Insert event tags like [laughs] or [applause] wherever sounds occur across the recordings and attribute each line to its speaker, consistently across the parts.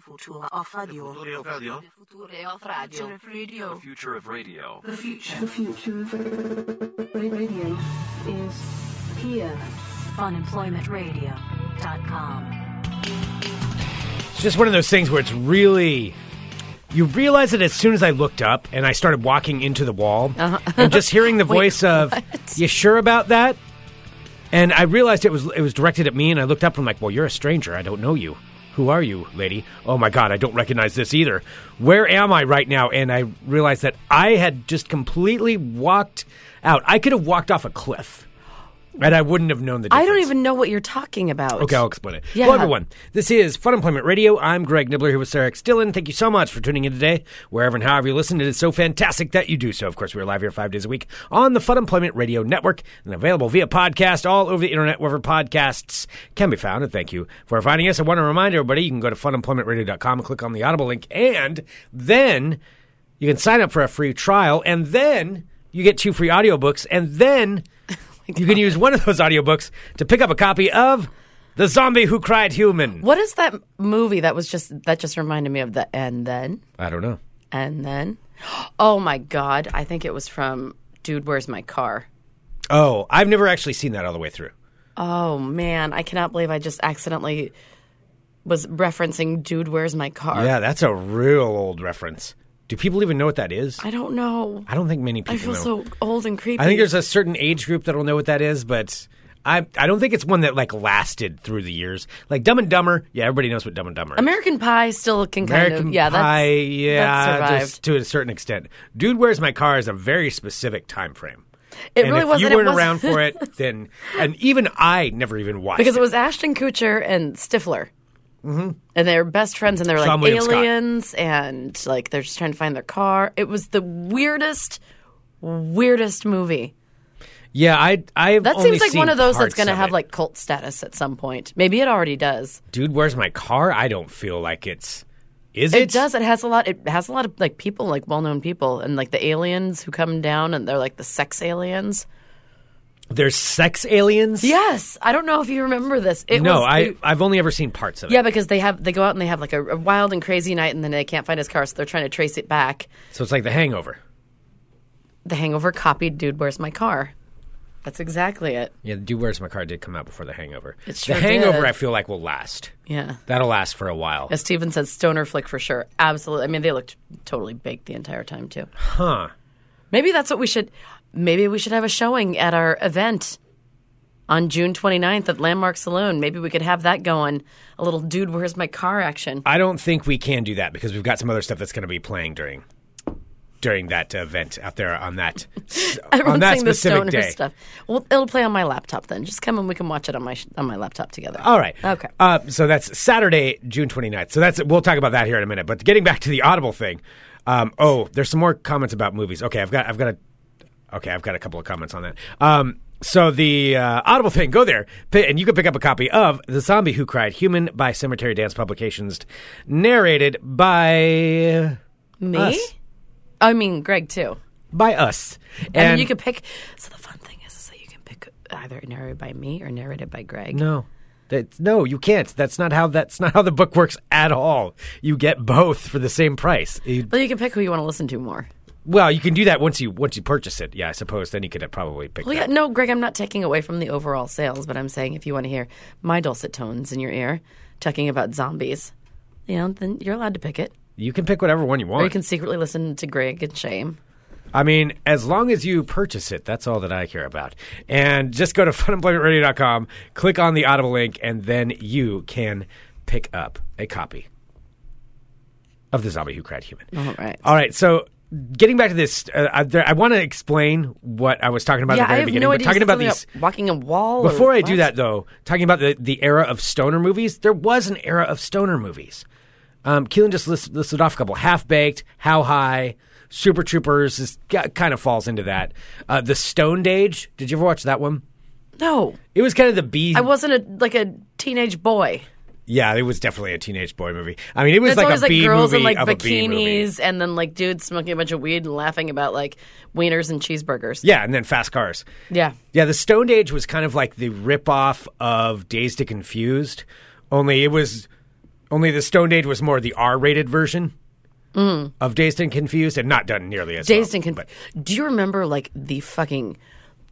Speaker 1: future of radio.
Speaker 2: Future of radio.
Speaker 3: Future of Radio.
Speaker 2: The future of radio.
Speaker 4: The future.
Speaker 5: The future of radio is here.
Speaker 1: Unemploymentradio.com.
Speaker 6: It's just one of those things where it's really. You realize it as soon as I looked up and I started walking into the wall
Speaker 7: Uh-huh.
Speaker 6: and just hearing
Speaker 7: [laughs]
Speaker 6: the voice of, You sure about that? And I realized it was it was directed at me and I looked up and I'm like, Well, you're a stranger. I don't know you. Who are you, lady? Oh my God, I don't recognize this either. Where am I right now? And I realized that I had just completely walked out. I could have walked off a cliff and I wouldn't have known the difference.
Speaker 7: I don't even know what you're talking about.
Speaker 6: Okay, I'll explain it.
Speaker 7: Yeah.
Speaker 6: Hello, everyone. This is Fun Employment Radio. I'm Greg Nibbler here with Sarah X. Dillon. Thank you so much for tuning in today. Wherever and however you listen, it is so fantastic that you do so. Of course, we're live here five days a week on the Fun Employment Radio Network and available via podcast all over the internet, wherever podcasts can be found. And thank you for finding us. I want to remind everybody you can go to funemploymentradio.com and click on the Audible link, and then you can sign up for a free trial, and then you get two free audiobooks, and then you can use one of those audiobooks to pick up a copy of The Zombie Who Cried Human.
Speaker 7: What is that movie that was just that just reminded me of the and then
Speaker 6: I don't know.
Speaker 7: and then? [gasps] Oh my god, I think it was from Dude, Where's My Car?
Speaker 6: Oh, I've never actually seen that all the way through.
Speaker 7: Oh man, I cannot believe I just accidentally was referencing Dude, Where's My Car?
Speaker 6: Yeah, that's a real old reference. Do people even know what that is?
Speaker 7: I don't know.
Speaker 6: I don't think many people
Speaker 7: I feel
Speaker 6: know.
Speaker 7: so old and creepy.
Speaker 6: I think there's a certain age group that'll know what that is, but I I don't think it's one that like lasted through the years. Like Dumb and Dumber, yeah, everybody knows what Dumb and Dumber is.
Speaker 7: American Pie still can kind
Speaker 6: American
Speaker 7: of yeah,
Speaker 6: Pie,
Speaker 7: that's,
Speaker 6: yeah,
Speaker 7: that survived.
Speaker 6: just to a certain extent. Dude, where's my car is a very specific time frame.
Speaker 7: it
Speaker 6: and
Speaker 7: really
Speaker 6: if
Speaker 7: wasn't.
Speaker 6: you weren't
Speaker 7: it wasn't-
Speaker 6: around for
Speaker 7: [laughs]
Speaker 6: it, then and even I never even watched
Speaker 7: because it was Ashton Kutcher and Stifler. And they're best friends, and they're
Speaker 6: Sean
Speaker 7: like
Speaker 6: William Scott.
Speaker 7: aliens, and like they're just trying to find their car. It was the weirdest, weirdest movie.
Speaker 6: Yeah, I I
Speaker 7: That seems like one of those that's going to have like cult status at some point. Maybe it already does.
Speaker 6: dude, where's my car? I don't feel like it's is
Speaker 7: It
Speaker 6: it?
Speaker 7: does. It has a lot. It has a lot of like people, like well-known people, and like the aliens who come down, and they're like the sex aliens.
Speaker 6: There's sex aliens.
Speaker 7: Yes, I don't know if you remember this. It
Speaker 6: no,
Speaker 7: was,
Speaker 6: I
Speaker 7: it-
Speaker 6: I've only ever seen parts of it.
Speaker 7: yeah, because they have they go out and they have like a, a wild and crazy night, and then they can't find his car, so they're trying to trace it back.
Speaker 6: So it's like The Hangover.
Speaker 7: The Hangover copied Dude, Where's My Car? That's exactly it.
Speaker 6: Yeah, Dude, Where's My Car did come out before The Hangover.
Speaker 7: It sure
Speaker 6: the Hangover,
Speaker 7: did.
Speaker 6: I feel like will last.
Speaker 7: Yeah.
Speaker 6: That'll last for a while.
Speaker 7: As Steven said, stoner flick for sure. Absolutely. I mean, they looked totally baked the entire time, too.
Speaker 6: Huh?
Speaker 7: Maybe that's what we should, maybe we should have a showing at our event on June 29th at Landmark Saloon. Maybe we could have that going. A little Dude, Where's My Car action.
Speaker 6: I don't think we can do that because we've got some other stuff that's going to be playing during during that event out there on that s- on
Speaker 7: [laughs] Everyone's
Speaker 6: that
Speaker 7: saying the
Speaker 6: specific
Speaker 7: stoner
Speaker 6: day.
Speaker 7: stuff. Well, it'll play on my laptop then. Just come and we can watch it on my, sh- on my laptop together.
Speaker 6: All right.
Speaker 7: Okay.
Speaker 6: Uh, so that's Saturday, June 29th. So that's we'll talk about that here in a minute. But getting back to the Audible thing. Um, oh, there's some more comments about movies. Okay, I've got I've got a okay, I've got a couple of comments on that. Um, so the uh, Audible thing, go there, P- and you can pick up a copy of "The Zombie Who Cried Human" by Cemetery Dance Publications, narrated by
Speaker 7: Me?
Speaker 6: us.
Speaker 7: I mean, Greg, too.
Speaker 6: by us.
Speaker 7: I mean, you could pick. So the fun thing is, is that you can pick either narrated by me or narrated by Greg.
Speaker 6: No. That's, no, you can't. That's not how. That's not how the book works at all. You get both for the same price. You-
Speaker 7: But you can pick who you want to listen to more.
Speaker 6: well, you can do that once you once you purchase it. Yeah, I suppose then you could probably pick.
Speaker 7: Well, yeah,
Speaker 6: that.
Speaker 7: no, Greg, I'm not taking away from the overall sales, but I'm saying if you want to hear my dulcet tones in your ear talking about zombies, you know, then you're allowed to pick it.
Speaker 6: You can pick whatever one you
Speaker 7: Or you
Speaker 6: want.
Speaker 7: can secretly listen to Greg and shame.
Speaker 6: I mean, as long as you purchase it, that's all that I care about. And just go to [laughs] funemploymentradio.com, click on the Audible link, and then you can pick up a copy of The Zombie Who Cried Human.
Speaker 7: All right.
Speaker 6: All right, so getting back to this, uh, I, there, I want to explain what I was talking about
Speaker 7: yeah,
Speaker 6: at the
Speaker 7: I
Speaker 6: very
Speaker 7: have
Speaker 6: beginning.
Speaker 7: no
Speaker 6: but
Speaker 7: idea.
Speaker 6: talking about
Speaker 7: Something
Speaker 6: these.
Speaker 7: walking a wall. or
Speaker 6: Before I do
Speaker 7: what?
Speaker 6: that, though, talking about the, the era of stoner movies, there was an era of stoner movies. Um, Keelan just list, listed off a couple: Half Baked, How High, Super Troopers. Is, g- kind of falls into that. Uh, the Stoned Age. Did you ever watch that one?
Speaker 7: no,
Speaker 6: It was kind of the B.
Speaker 7: I wasn't a like a teenage boy.
Speaker 6: yeah, it was definitely a teenage boy movie. I mean, it was
Speaker 7: It's
Speaker 6: like
Speaker 7: always
Speaker 6: a B
Speaker 7: like girls in
Speaker 6: movie
Speaker 7: like
Speaker 6: of a B movie.
Speaker 7: bikinis and then like dudes smoking a bunch of weed and laughing about like wieners and cheeseburgers.
Speaker 6: Yeah, and then Fast Cars.
Speaker 7: Yeah.
Speaker 6: Yeah, the Stoned Age was kind of like the ripoff of Days to Confused, only it was Only the Stone Age was more the R-rated version of Dazed and Confused, and not done nearly as
Speaker 7: Mm. Dazed
Speaker 6: well,
Speaker 7: and
Speaker 6: but-
Speaker 7: Confused. Do you remember like the fucking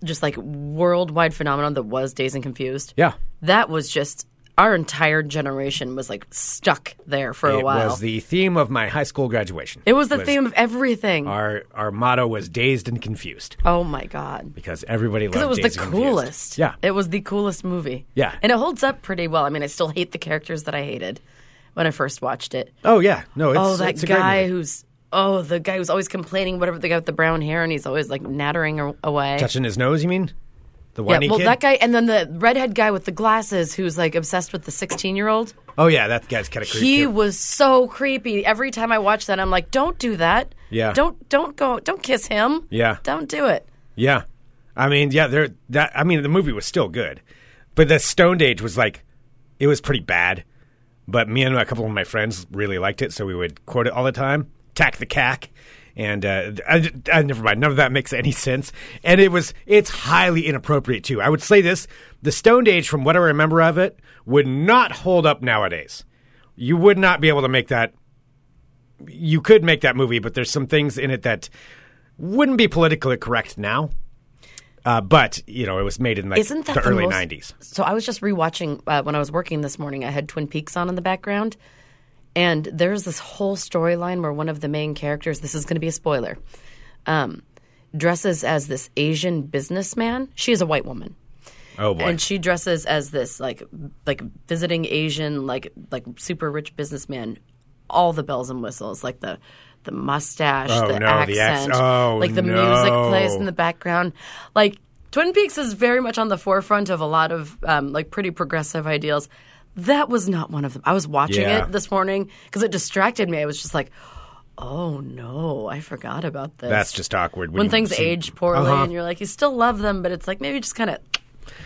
Speaker 7: just like worldwide phenomenon that was Dazed and Confused?
Speaker 6: Yeah.
Speaker 7: That was just our entire generation was like stuck there for a
Speaker 6: it
Speaker 7: while.
Speaker 6: was the theme of my high school graduation.
Speaker 7: it was the theme of everything.
Speaker 6: Our our motto was Dazed and Confused
Speaker 7: oh my god.
Speaker 6: because everybody loved
Speaker 7: Because it was the
Speaker 6: Dazed and Confused.
Speaker 7: coolest.
Speaker 6: Yeah.
Speaker 7: It was the coolest movie.
Speaker 6: Yeah.
Speaker 7: And it holds up pretty well. I mean, I still hate the characters that I hated when I first watched it.
Speaker 6: oh yeah. No, it's
Speaker 7: oh, that
Speaker 6: it's a great
Speaker 7: guy
Speaker 6: movie.
Speaker 7: who's oh, the guy who's always complaining, whatever the guy with the brown hair, and he's always like nattering a- away.
Speaker 6: touching his nose, you mean? The
Speaker 7: yeah,
Speaker 6: whiny
Speaker 7: well,
Speaker 6: kid?
Speaker 7: that guy, and then the redhead guy with the glasses, who's like obsessed with the sixteen-year-old.
Speaker 6: oh yeah, that guy's kind of creepy.
Speaker 7: He was so creepy. Every time I watch that, I'm like, "Don't do that.
Speaker 6: Yeah.
Speaker 7: Don't don't go. Don't kiss him.
Speaker 6: Yeah.
Speaker 7: Don't do it.
Speaker 6: Yeah, I mean, yeah, there. That I mean, the movie was still good, but the Stone Age was like, it was pretty bad. But me and a couple of my friends really liked it, so we would quote it all the time. Tack the cack, and uh, I, I, never mind. None of that makes any [laughs] sense, and it was it's highly inappropriate too. I would say this: the Stone Age, from what I remember of it, would not hold up nowadays. You would not be able to make that. You could make that movie, but there's some things in it that wouldn't be politically correct now. Uh, but you know, it was made in like
Speaker 7: Isn't that
Speaker 6: the, early
Speaker 7: most-
Speaker 6: '90s.
Speaker 7: So I was just rewatching uh, when I was working this morning. I had Twin Peaks on in the background, and there's this whole storyline where one of the main characters. This is going to be a spoiler. Um, dresses as this Asian businessman. She is a white woman.
Speaker 6: Oh boy!
Speaker 7: and she dresses as this like like visiting Asian like like super rich businessman. All the bells and whistles, like the the mustache,
Speaker 6: Oh,
Speaker 7: the
Speaker 6: no,
Speaker 7: accent,
Speaker 6: the acc- oh,
Speaker 7: like the
Speaker 6: no.
Speaker 7: music plays in the background, like. Twin Peaks is very much on the forefront of a lot of um, like pretty progressive ideals. That was not one of them. I was watching
Speaker 6: Yeah.
Speaker 7: it this morning because it distracted me. I was just like, "Oh no, I forgot about this."
Speaker 6: That's just awkward.
Speaker 7: when
Speaker 6: you
Speaker 7: things
Speaker 6: see-
Speaker 7: age poorly
Speaker 6: Uh-huh.
Speaker 7: and you're like you still love them but it's like maybe just kind of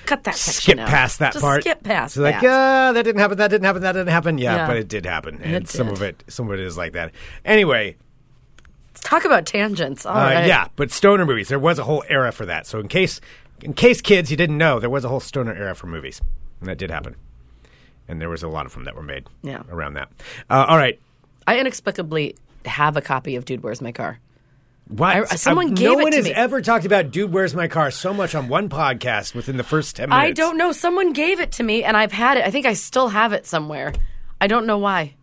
Speaker 7: cut that
Speaker 6: skip
Speaker 7: section out.
Speaker 6: past that
Speaker 7: just
Speaker 6: part.
Speaker 7: skip past
Speaker 6: So like,
Speaker 7: that.
Speaker 6: yeah, that didn't happen. That didn't happen. That didn't happen. Yeah,
Speaker 7: Yeah.
Speaker 6: but it did happen, and
Speaker 7: It
Speaker 6: some
Speaker 7: did.
Speaker 6: of it, some of it is like that. Anyway,
Speaker 7: Let's talk about tangents All
Speaker 6: uh,
Speaker 7: right.
Speaker 6: yeah, but stoner movies. There was a whole era for that. So in case, in case kids you didn't know, there was a whole stoner era for movies, and that did happen. And there was a lot of them that were made
Speaker 7: Yeah.
Speaker 6: around that. Uh, all right,
Speaker 7: i inexplicably have a copy of dude where's my car
Speaker 6: Why?
Speaker 7: I- someone
Speaker 6: I've-
Speaker 7: gave
Speaker 6: uh, no
Speaker 7: it
Speaker 6: one
Speaker 7: to
Speaker 6: has
Speaker 7: me.
Speaker 6: ever talked about "Dude, Where's My Car" so much on one podcast within the first ten minutes.
Speaker 7: i don't know someone gave it to me and i've had it i think i still have it somewhere i don't know why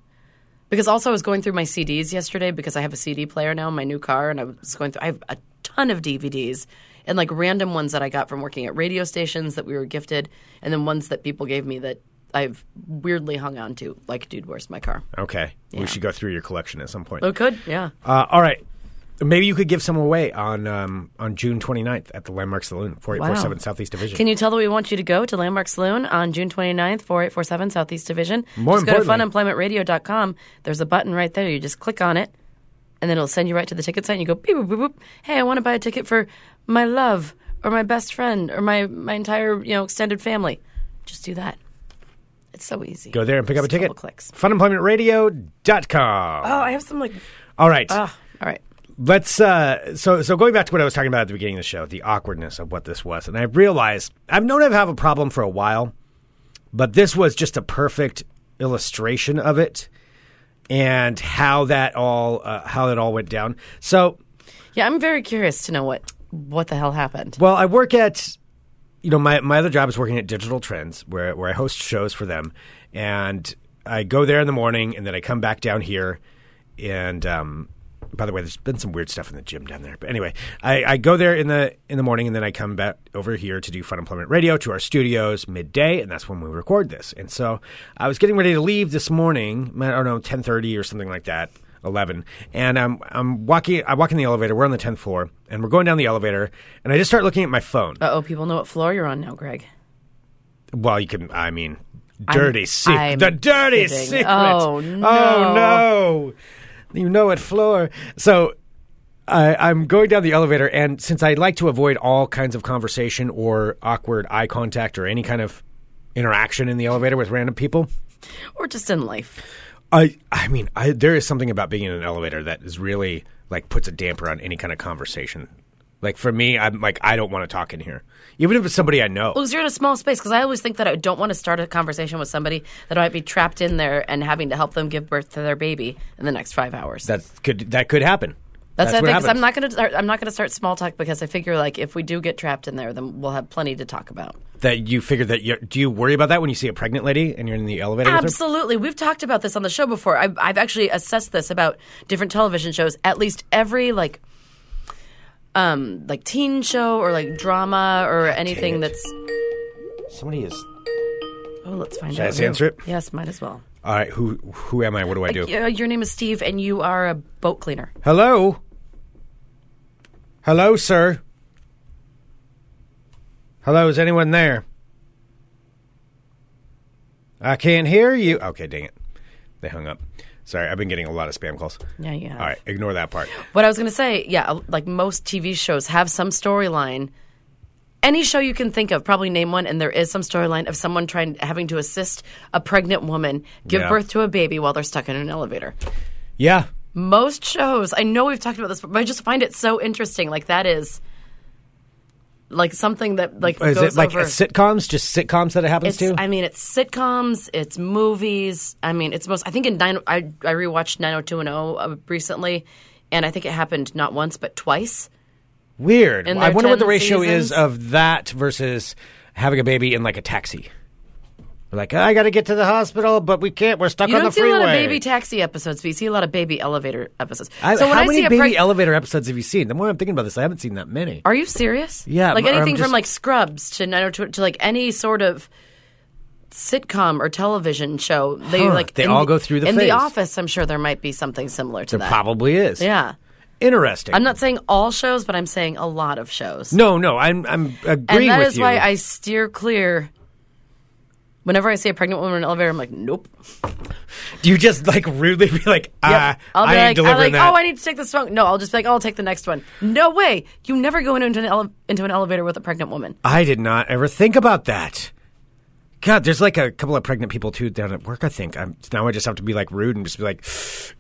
Speaker 7: because also i was going through my cds yesterday because i have a cd player now in my new car and i was going through i have a ton of dvds and like random ones that i got from working at radio stations that we were gifted and then ones that people gave me that i've weirdly hung on to like dude where's my car
Speaker 6: Okay, we should go through your collection at some point.
Speaker 7: Oh, good. Yeah.
Speaker 6: Uh, all right, maybe you could give some away on um, on June 29th at the Landmark Saloon, four eight four seven
Speaker 7: Wow.
Speaker 6: Southeast Division.
Speaker 7: Can you tell that we want you to go to Landmark Saloon on June 29th, 4847 Southeast Division?
Speaker 6: More
Speaker 7: just go to
Speaker 6: importantly-
Speaker 7: funemploymentradio.com. There's a button right there. You just click on it, and then it'll send you right to the ticket site. And you go, beep, boop, boop, boop. Hey, I want to buy a ticket for my love or my best friend or my, my entire you know extended family. Just do that. It's so easy.
Speaker 6: go there and pick up a
Speaker 7: Just
Speaker 6: ticket.
Speaker 7: Double clicks.
Speaker 6: Funemploymentradio.com.
Speaker 7: Oh, I have some like.
Speaker 6: all right,
Speaker 7: Oh, all right.
Speaker 6: let's. Uh, so so going back to what I was talking about at the beginning of the show, the awkwardness of what this was, and I realized I've known I have a problem for a while, but this was just a perfect illustration of it. and how that all uh, how that all went down. So,
Speaker 7: Yeah, I'm very curious to know what what the hell happened.
Speaker 6: well, I work at you know my my other job is working at Digital Trends, where where I host shows for them, and I go there in the morning, and then I come back down here, and um, by the way, there's been some weird stuff in the gym down there. But anyway, I, I go there in the in the morning, and then I come back over here to do Fun Employment Radio to our studios midday, and that's when we record this. And so I was getting ready to leave this morning. I don't know, ten thirty or something like that. 11 and I'm I'm walking I walk in the elevator we're on the 10th floor and we're going down the elevator and I just start looking at my phone
Speaker 7: Uh oh, people know what floor you're on now, Greg.
Speaker 6: well, you can. I mean, dirty
Speaker 7: I'm
Speaker 6: secret. The dirty
Speaker 7: kidding.
Speaker 6: secret.
Speaker 7: Oh,
Speaker 6: Oh
Speaker 7: no.
Speaker 6: no! You know it, floor. So. I, I'm going down the elevator, and since I like to avoid all kinds of conversation or awkward eye contact or any kind of interaction in the elevator with random people,
Speaker 7: Or just in life.
Speaker 6: I I mean, I, there is something about being in an elevator that is really like puts a damper on any kind of conversation Like for me, I'm like I don't want to talk in here, even if it's somebody I know.
Speaker 7: Because you're in a small space. Because I always think that I don't want to start a conversation with somebody that might be trapped in there and having to help them give birth to their baby in the next five hours.
Speaker 6: That could that could happen.
Speaker 7: That's,
Speaker 6: what
Speaker 7: the thing. 'cause
Speaker 6: happens.
Speaker 7: I'm not going to. I'm not going to start small talk because I figure like if we do get trapped in there, then we'll have plenty to talk about.
Speaker 6: that you figure that you do you worry about that when you see a pregnant lady and you're in the elevator with her?
Speaker 7: Absolutely. We've talked about this on the show before. I've, I've actually assessed this about different television shows. At least every like, um, like teen show or like drama or anything
Speaker 6: it.
Speaker 7: that's.
Speaker 6: Somebody is
Speaker 7: Oh, let's find
Speaker 6: Should I
Speaker 7: out.
Speaker 6: just
Speaker 7: who.
Speaker 6: answer it?
Speaker 7: Yes, might as well.
Speaker 6: all right. Who who am I? What do I do?
Speaker 7: Uh, your name is Steve, and you are a boat cleaner.
Speaker 6: Hello, hello, sir. Hello, is anyone there? I can't hear you. Okay, dang it, they hung up. Sorry, I've been getting a lot of spam calls.
Speaker 7: Yeah, you have.
Speaker 6: All right, ignore that part.
Speaker 7: What I was going to say, yeah, like most TV shows have some storyline. Any show you can think of, probably name one, and there is some storyline of someone trying having to assist a pregnant woman give
Speaker 6: Yeah.
Speaker 7: birth to a baby while they're stuck in an elevator.
Speaker 6: Yeah,
Speaker 7: Most shows, I know we've talked about this, but I just find it so interesting. Like that is like something that like
Speaker 6: is
Speaker 7: goes
Speaker 6: it like uh,
Speaker 7: over.
Speaker 6: sitcoms? Just sitcoms that it happens
Speaker 7: It's,
Speaker 6: to?
Speaker 7: I mean, it's sitcoms, it's movies. I mean, it's most. I think in nine, I I rewatched 90210 uh, recently, and I think it happened not once but twice.
Speaker 6: Weird.
Speaker 7: in
Speaker 6: I
Speaker 7: their
Speaker 6: wonder what the
Speaker 7: 10
Speaker 6: ratio is
Speaker 7: seasons.
Speaker 6: of that versus having a baby in like a taxi. We're Like I got to get to the hospital, but we can't. We're stuck
Speaker 7: You
Speaker 6: on the
Speaker 7: don't see
Speaker 6: freeway.
Speaker 7: a lot of baby taxi episodes, but you see a lot of baby elevator episodes.
Speaker 6: I-
Speaker 7: so when
Speaker 6: how
Speaker 7: I
Speaker 6: many
Speaker 7: see a
Speaker 6: baby
Speaker 7: preg-
Speaker 6: elevator episodes have you seen? The more I'm thinking about this, I haven't seen that many.
Speaker 7: are you serious?
Speaker 6: Yeah,
Speaker 7: like
Speaker 6: but I'm
Speaker 7: anything
Speaker 6: just-
Speaker 7: from like Scrubs to 902 to like any sort of sitcom or television show. They
Speaker 6: Huh,
Speaker 7: like
Speaker 6: they
Speaker 7: in
Speaker 6: all go through the
Speaker 7: in
Speaker 6: phase.
Speaker 7: the office. I'm sure there might be something similar to
Speaker 6: There
Speaker 7: that.
Speaker 6: probably is.
Speaker 7: yeah,
Speaker 6: Interesting.
Speaker 7: I'm not saying all shows, but I'm saying a lot of shows.
Speaker 6: No, no. I'm I'm
Speaker 7: and
Speaker 6: agreeing
Speaker 7: that
Speaker 6: with
Speaker 7: is
Speaker 6: you.
Speaker 7: why I steer clear. Whenever I see a pregnant woman in an elevator, I'm like, nope.
Speaker 6: Do you just like rudely be like, ah,
Speaker 7: I'll be
Speaker 6: I ain't
Speaker 7: like,
Speaker 6: delivering
Speaker 7: I'm like,
Speaker 6: that.
Speaker 7: oh, I need to take this phone. No, I'll just be like, oh, I'll take the next one. No way. You never go into an, ele- into an elevator with a pregnant woman.
Speaker 6: I did not ever think about that. God, there's like a couple of pregnant people too down at work. I think I'm, now I just have to be like rude and just be like,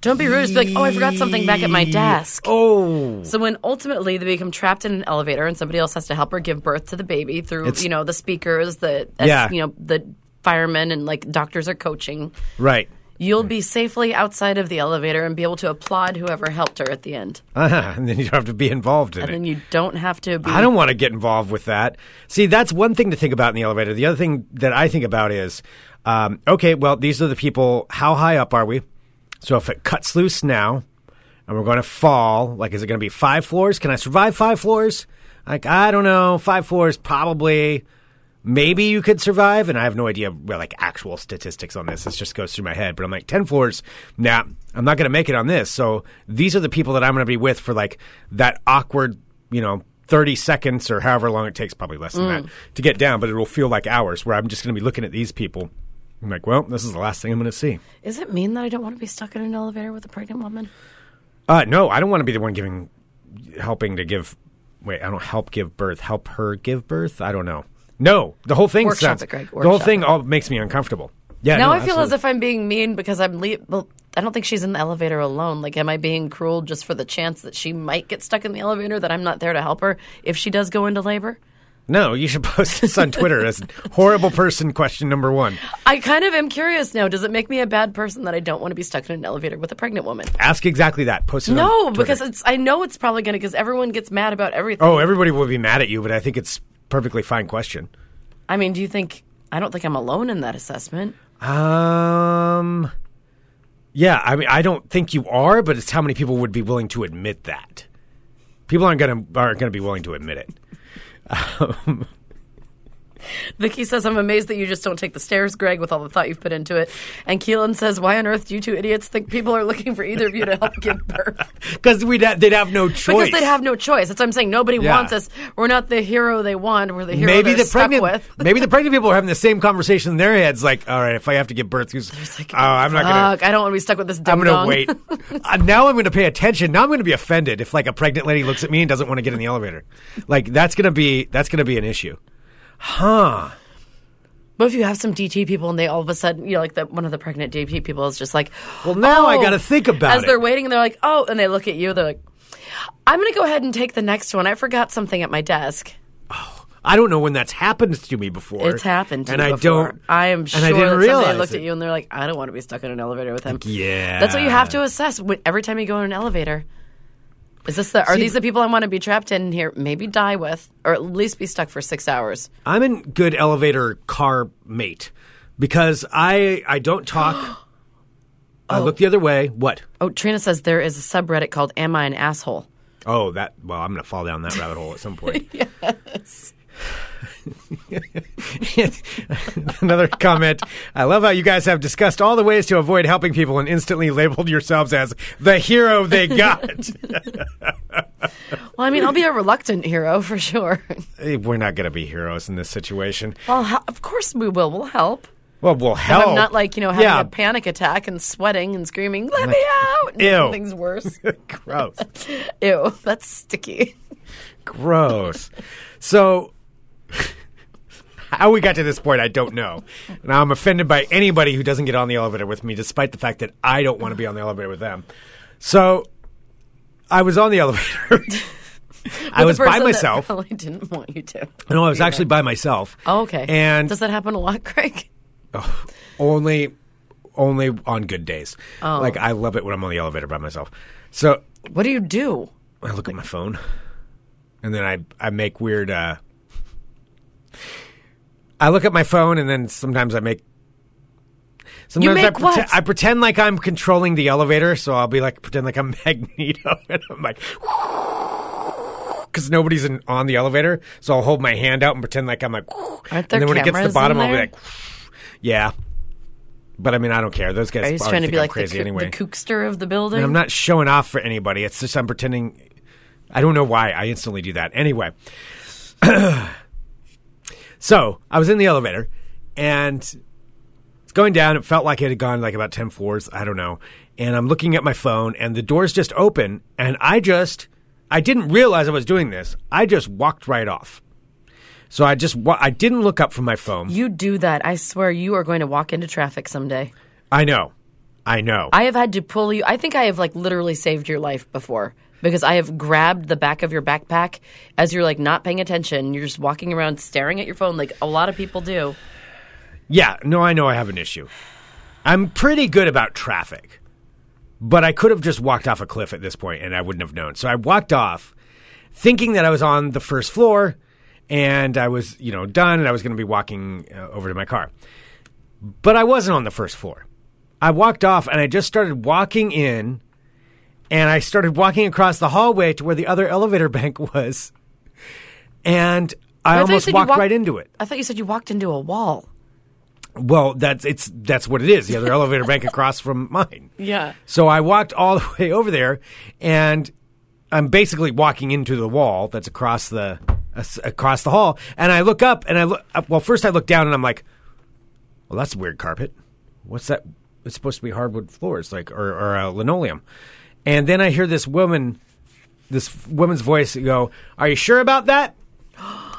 Speaker 7: Don't be rude. Just be like, oh, I forgot something back at my desk.
Speaker 6: oh,
Speaker 7: So when ultimately they become trapped in an elevator and somebody else has to help her give birth to the baby through,
Speaker 6: It's-
Speaker 7: you know, the speakers, the,
Speaker 6: Yeah.
Speaker 7: you know, the firemen and like doctors are coaching,
Speaker 6: right. [laughs]
Speaker 7: you'll be safely outside of the elevator and be able to applaud whoever helped her at the end.
Speaker 6: Uh-huh. And then you don't have to be involved in
Speaker 7: And
Speaker 6: it.
Speaker 7: then you don't have to be.
Speaker 6: I don't want to get involved with that. See, that's one thing to think about in the elevator. The other thing that I think about is um, okay, well, these are the people. How high up are we? So if it cuts loose now and we're going to fall, like, is it going to be five floors? Can I survive five floors? Like, I don't know. Five floors, probably. Maybe you could survive, and I have no idea where like actual statistics on this. This just goes through my head, but I'm like ten floors. Nah, I'm not going to make it on this. So these are the people that I'm going to be with for like that awkward, you know, thirty seconds or however long it takes, probably less than that, to get down. But it will feel like hours where I'm just going to be looking at these people. I'm like, well, this is the last thing I'm going to see.
Speaker 7: Is it mean that I don't want to be stuck in an elevator with a pregnant woman?
Speaker 6: Uh, no, I don't want to be the one giving, helping to give. Wait, I don't help give birth. Help her give birth. I don't know. No, the whole thing
Speaker 7: Workshop
Speaker 6: sounds.
Speaker 7: it, Greg.
Speaker 6: the whole
Speaker 7: Workshop
Speaker 6: thing
Speaker 7: it.
Speaker 6: all makes me uncomfortable. Yeah.
Speaker 7: Now
Speaker 6: no,
Speaker 7: I feel
Speaker 6: absolutely.
Speaker 7: as if I'm being mean because I'm. Le- well, I don't think she's in the elevator alone. Like, am I being cruel just for the chance that she might get stuck in the elevator that I'm not there to help her if she does go into labor?
Speaker 6: No, you should post this on Twitter as horrible person question number one.
Speaker 7: I kind of am curious now. Does it make me a bad person that I don't want to be stuck in an elevator with a pregnant woman?
Speaker 6: Ask exactly that. Post it.
Speaker 7: No,
Speaker 6: on Twitter.
Speaker 7: because it's. I know it's probably going to because everyone gets mad about everything.
Speaker 6: oh, everybody will be mad at you, but I think it's perfectly fine question.
Speaker 7: I mean, do you think? I don't think I'm alone in that assessment.
Speaker 6: Um, yeah, I mean, I don't think you are, but it's how many people would be willing to admit that. People aren't gonna aren't gonna be willing to admit it.
Speaker 7: Vicky says, I'm amazed that you just don't take the stairs, Greg, with all the thought you've put into it. And Keelan says, Why on earth do you two idiots think people are looking for either of you to help give birth? [laughs]
Speaker 6: [laughs] Because we'd ha- they'd have no choice.
Speaker 7: Because they'd have no choice. That's what I'm saying. Nobody
Speaker 6: Yeah.
Speaker 7: wants us. We're not the hero they want. We're the hero
Speaker 6: maybe
Speaker 7: they're
Speaker 6: the
Speaker 7: stuck
Speaker 6: pregnant
Speaker 7: with.
Speaker 6: [laughs] maybe the pregnant people are having the same conversation in their heads. Like, all right, if I have to give birth, who's
Speaker 7: like,
Speaker 6: oh, I'm not gonna.
Speaker 7: Fuck, I don't want to be stuck with this
Speaker 6: I'm
Speaker 7: dumb
Speaker 6: gonna wait.
Speaker 7: [laughs]
Speaker 6: uh, now I'm gonna pay attention. Now I'm gonna be offended if like a pregnant lady looks at me and doesn't want to get in the elevator. Like that's gonna be that's gonna be an issue. Huh?
Speaker 7: But if you have some DT people and they all of a sudden, you know, like the, one of the pregnant DT people is just like,
Speaker 6: Well, now I
Speaker 7: "Oh,"
Speaker 6: gotta think about
Speaker 7: As they're
Speaker 6: it.
Speaker 7: waiting, and they're like, oh, and they look at you, they're like, I'm going to go ahead and take the next one. I forgot something at my desk.
Speaker 6: I don't know when that's happened to me before.
Speaker 7: It's happened to
Speaker 6: and
Speaker 7: me
Speaker 6: I
Speaker 7: before.
Speaker 6: don't.
Speaker 7: I am
Speaker 6: and
Speaker 7: sure
Speaker 6: I didn't
Speaker 7: that somebody
Speaker 6: realize
Speaker 7: looked
Speaker 6: it.
Speaker 7: at you and they're like, I don't want to be stuck in an elevator with him.
Speaker 6: Yeah.
Speaker 7: That's what you have to assess wh- every time you go in an elevator. Is this the? Are these the people I want to be trapped in here? Maybe die with, or at least be stuck for six hours.
Speaker 6: I'm in good elevator car mate because I I
Speaker 7: [gasps]
Speaker 6: don't talk. I look the other way. What?
Speaker 7: Oh, Trina says there is a subreddit called "Am I an asshole?"
Speaker 6: Oh, that. Well, I'm going to fall down that rabbit hole at
Speaker 7: [laughs]
Speaker 6: some point. yes. [laughs] Another comment. I love how you guys have discussed all the ways to avoid helping people and instantly labeled yourselves as the
Speaker 7: [laughs]
Speaker 6: hero they got.
Speaker 7: Well, I mean, I'll be
Speaker 6: [laughs]
Speaker 7: a reluctant hero [laughs] for sure.
Speaker 6: Hey, We're not going to be heroes in this situation.
Speaker 7: well, ho- of course we will. We'll help.
Speaker 6: Well, well,
Speaker 7: But
Speaker 6: hell.
Speaker 7: I'm not like you know having
Speaker 6: Oh, yeah.
Speaker 7: a panic attack and sweating and screaming, "Let me out!" and
Speaker 6: Ew.
Speaker 7: making Things worse.
Speaker 6: [laughs] Gross.
Speaker 7: Ew, that's sticky.
Speaker 6: Gross. So, how we got to this point, I don't know. And I'm offended by anybody who doesn't get on the elevator with me, despite the fact that I don't want to be on the elevator with them. So, I was on the [laughs] elevator. I
Speaker 7: The
Speaker 6: was by
Speaker 7: person that [laughs]
Speaker 6: myself.
Speaker 7: Probably didn't want you to.
Speaker 6: No, I was actually by myself.
Speaker 7: Oh, okay.
Speaker 6: And
Speaker 7: does that happen a
Speaker 6: [laughs]
Speaker 7: lot, Craig?
Speaker 6: only, only on good days.
Speaker 7: Oh.
Speaker 6: Like I love it when I'm on the elevator by myself. So
Speaker 7: What do you do?
Speaker 6: I look at my phone, and then I I make weird. Uh, I look at my phone, and then sometimes I make. Sometimes I,
Speaker 7: make what?
Speaker 6: pretend, I pretend like I'm controlling the elevator, so I'll be like pretend like I'm [laughs] Magneto, and I'm like. [laughs] Because nobody's in, on the elevator, so I'll hold my hand out and pretend like I'm like. [laughs]
Speaker 7: Aren't there
Speaker 6: and then when it gets to the
Speaker 7: cameras
Speaker 6: bottom,
Speaker 7: in
Speaker 6: I'll be
Speaker 7: there?
Speaker 6: like, [laughs] yeah. But I mean, I don't care. Those guys
Speaker 7: Are you
Speaker 6: probably
Speaker 7: trying to
Speaker 6: think
Speaker 7: be
Speaker 6: I'm
Speaker 7: like
Speaker 6: crazy
Speaker 7: the, coo-
Speaker 6: anyway.
Speaker 7: the kookster of the building?
Speaker 6: And I'm not showing off for anybody. It's just I'm pretending. I don't know why I instantly do that. Anyway, [clears throat] so I was in the elevator and it's going down. It felt like it had gone like about 10 floors. I don't know. And I'm looking at my phone and the doors just open. And I just, I didn't realize I was doing this. I just walked right off. So I just, wa- I didn't look up from my phone.
Speaker 7: You do that. I swear you are going to walk into traffic someday.
Speaker 6: I know. I know.
Speaker 7: I have had to pull you. I think I have like literally saved your life before because I have grabbed the back of your backpack as you're like not paying attention. You're just walking around staring at your phone like a lot of people do.
Speaker 6: Yeah, no, I know I have an issue. I'm pretty good about traffic, but I could have just walked off a cliff at this point and I wouldn't have known. So I walked off thinking that I was on the first floor and I was, you know, done and I was going to be walking uh, over to my car. But I wasn't on the first floor. I walked off and I just started walking in and I started walking across the hallway to where the other elevator [laughs] bank was. And I,
Speaker 7: I thought you
Speaker 6: almost
Speaker 7: said you
Speaker 6: walked
Speaker 7: walked-
Speaker 6: right into it.
Speaker 7: I thought you said you walked into a wall.
Speaker 6: Well, that's it's that's what it is. The other elevator bank across from mine.
Speaker 7: Yeah.
Speaker 6: So I walked all [laughs] the way over there, and I'm basically walking into the wall that's across the as- across the hall. And I look up, and I look. Up, well, first I look down, and I'm like, "Well, that's weird carpet. What's that? It's supposed to be hardwood floors, like or, or uh, linoleum." And then I hear this woman, this woman's voice go, "Are you sure about that?" [gasps]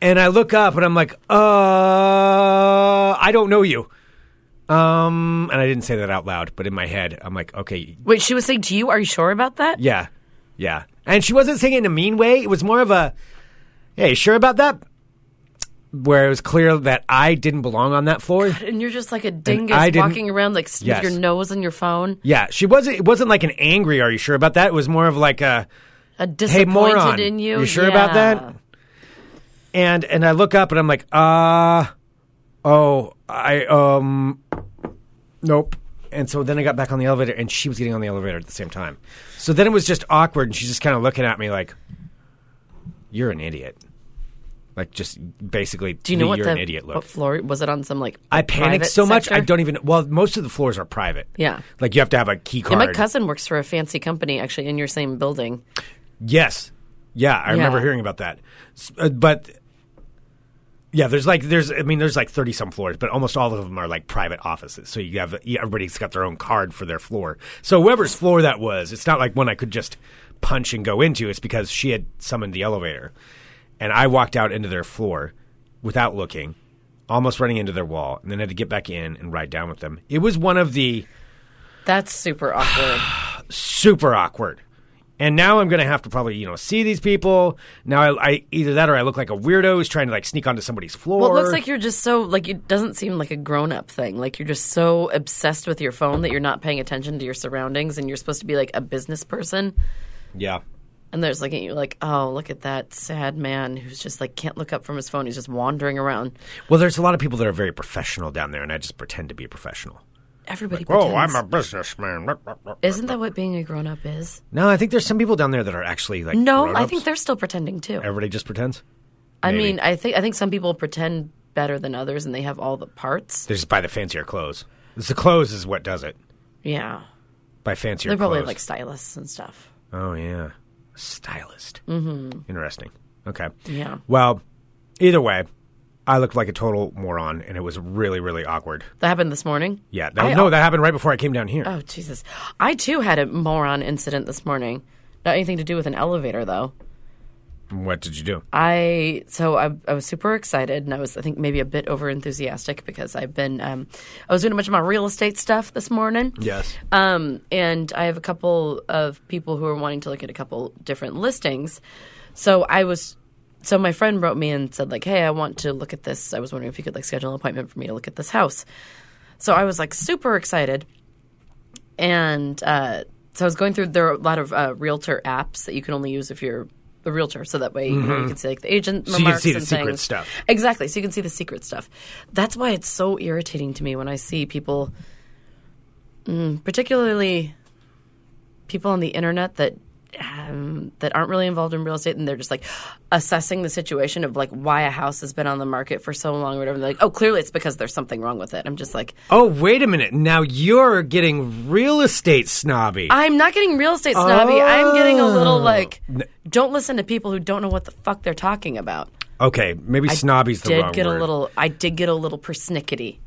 Speaker 6: And I look up, and I'm like, "Uh, I don't know you." Um, and I didn't say that out loud, but in my head, I'm like, okay,
Speaker 7: Wait, she was saying to you, "Are you sure about that?"
Speaker 6: yeah, yeah. And she wasn't saying it in a mean way. It was more of a, hey, you sure about that? Where it was clear that I didn't belong on that floor.
Speaker 7: And you're just like a dingus
Speaker 6: I didn't-
Speaker 7: walking around like
Speaker 6: Yes.
Speaker 7: with your nose on your phone.
Speaker 6: Yeah, she wasn't. It wasn't like an angry. Are you sure about that? It was more of like a,
Speaker 7: A
Speaker 6: hey,
Speaker 7: disappointed
Speaker 6: moron,
Speaker 7: in you.
Speaker 6: You sure about
Speaker 7: Yeah.
Speaker 6: that? And and I look up and I'm like, uh, oh, I um, nope. And so then I got back on the elevator, and she was getting on the elevator at the same time. So then it was just awkward, and she's just kind of looking at me like, "You're an idiot." Like just basically,
Speaker 7: Do you know
Speaker 6: "Lee,
Speaker 7: what
Speaker 6: you're
Speaker 7: the
Speaker 6: an idiot look.
Speaker 7: what floor was it on? Some like
Speaker 6: I panicked
Speaker 7: private
Speaker 6: so much. I
Speaker 7: sector?
Speaker 6: don't even. Well, most of the floors are private.
Speaker 7: Yeah.
Speaker 6: like you have to have a key card.
Speaker 7: And my cousin works for a fancy company actually in your same building.
Speaker 6: Yes. Yeah, I remember
Speaker 7: Yeah.
Speaker 6: hearing about that. S- uh, but yeah, there's like there's I mean there's like 30 some floors, but almost all of them are like private offices. So you have yeah, everybody's got their own card for their floor. So whoever's floor that was, it's not like one I could just punch and go into. It's because she had summoned the elevator. And I walked out into their floor without looking, almost running into their wall, and then had to get back in and ride down with them. It was one of the
Speaker 7: That's super awkward.
Speaker 6: super awkward. And now I'm going to have to probably, you know, see these people. Now I, I either that or I look like a weirdo who's trying to like sneak onto somebody's
Speaker 7: [sighs]
Speaker 6: floor.
Speaker 7: Well, it looks like you're just so like it doesn't seem like a grown up thing. Like you're just so obsessed with your phone that you're not paying attention to your surroundings, and you're supposed to be like a business person,
Speaker 6: yeah.
Speaker 7: and there's looking at you like, oh, look at that sad man who's just like can't look up from his phone. He's just wandering around.
Speaker 6: Well, there's a lot of people that are very professional down there, and I just pretend to be a professional.
Speaker 7: Everybody.
Speaker 6: Oh,
Speaker 7: pretends.
Speaker 6: I'm a businessman.
Speaker 7: Isn't that what being a grown up is?
Speaker 6: No, I think there's some people down there that are actually like
Speaker 7: No, I
Speaker 6: grown-ups.
Speaker 7: think they're still pretending too.
Speaker 6: everybody just pretends.
Speaker 7: I
Speaker 6: maybe.
Speaker 7: mean, I think I think some people pretend better than others, and they have all the parts.
Speaker 6: They just buy the fancier clothes. It's the clothes is what does it.
Speaker 7: Yeah,
Speaker 6: Buy fancier.
Speaker 7: they're probably
Speaker 6: clothes.
Speaker 7: like stylists and stuff.
Speaker 6: Oh yeah, stylist. Mm-hmm. Interesting. Okay.
Speaker 7: Yeah.
Speaker 6: Well, either way, I looked like a total moron, and it was really, really awkward.
Speaker 7: That happened this morning.
Speaker 6: Yeah. That,
Speaker 7: I-
Speaker 6: no, that happened right before I came down here.
Speaker 7: Oh Jesus! I too had a moron incident this morning. Not anything to do with an elevator though.
Speaker 6: What did you do?
Speaker 7: I so I, I was super excited and I was I think maybe a bit over enthusiastic because I've been um, I was doing a bunch of my real estate stuff this morning.
Speaker 6: Yes.
Speaker 7: Um, and I have a couple of people who are wanting to look at a couple different listings. So I was, so my friend wrote me and said like, "Hey, I want to look at this. I was wondering if you could like schedule an appointment for me to look at this house." So I was like super excited, and uh, so I was going through. There are a lot of uh, realtor apps that you can only use if you're a realtor, so that way you, know, you can see like the agent.
Speaker 6: Mm-hmm. you can
Speaker 7: remarks
Speaker 6: see the
Speaker 7: and
Speaker 6: secret
Speaker 7: things.
Speaker 6: stuff.
Speaker 7: Exactly. So you can see the secret stuff. That's why it's so irritating to me when I see people, mm, particularly people on the internet that um, that aren't really involved in real estate, and they're just like assessing the situation of like why a house has been on the market for so long or whatever. And they're like, oh, clearly it's because there's something wrong with it. I'm just like,
Speaker 6: Oh, wait a minute. Now you're getting real estate snobby.
Speaker 7: I'm not getting real estate snobby. I'm getting a little
Speaker 6: Oh.
Speaker 7: like, don't listen to people who don't know what the fuck they're talking about.
Speaker 6: okay, maybe snobby's the
Speaker 7: did
Speaker 6: wrong
Speaker 7: get
Speaker 6: word.
Speaker 7: a little I did get a little persnickety.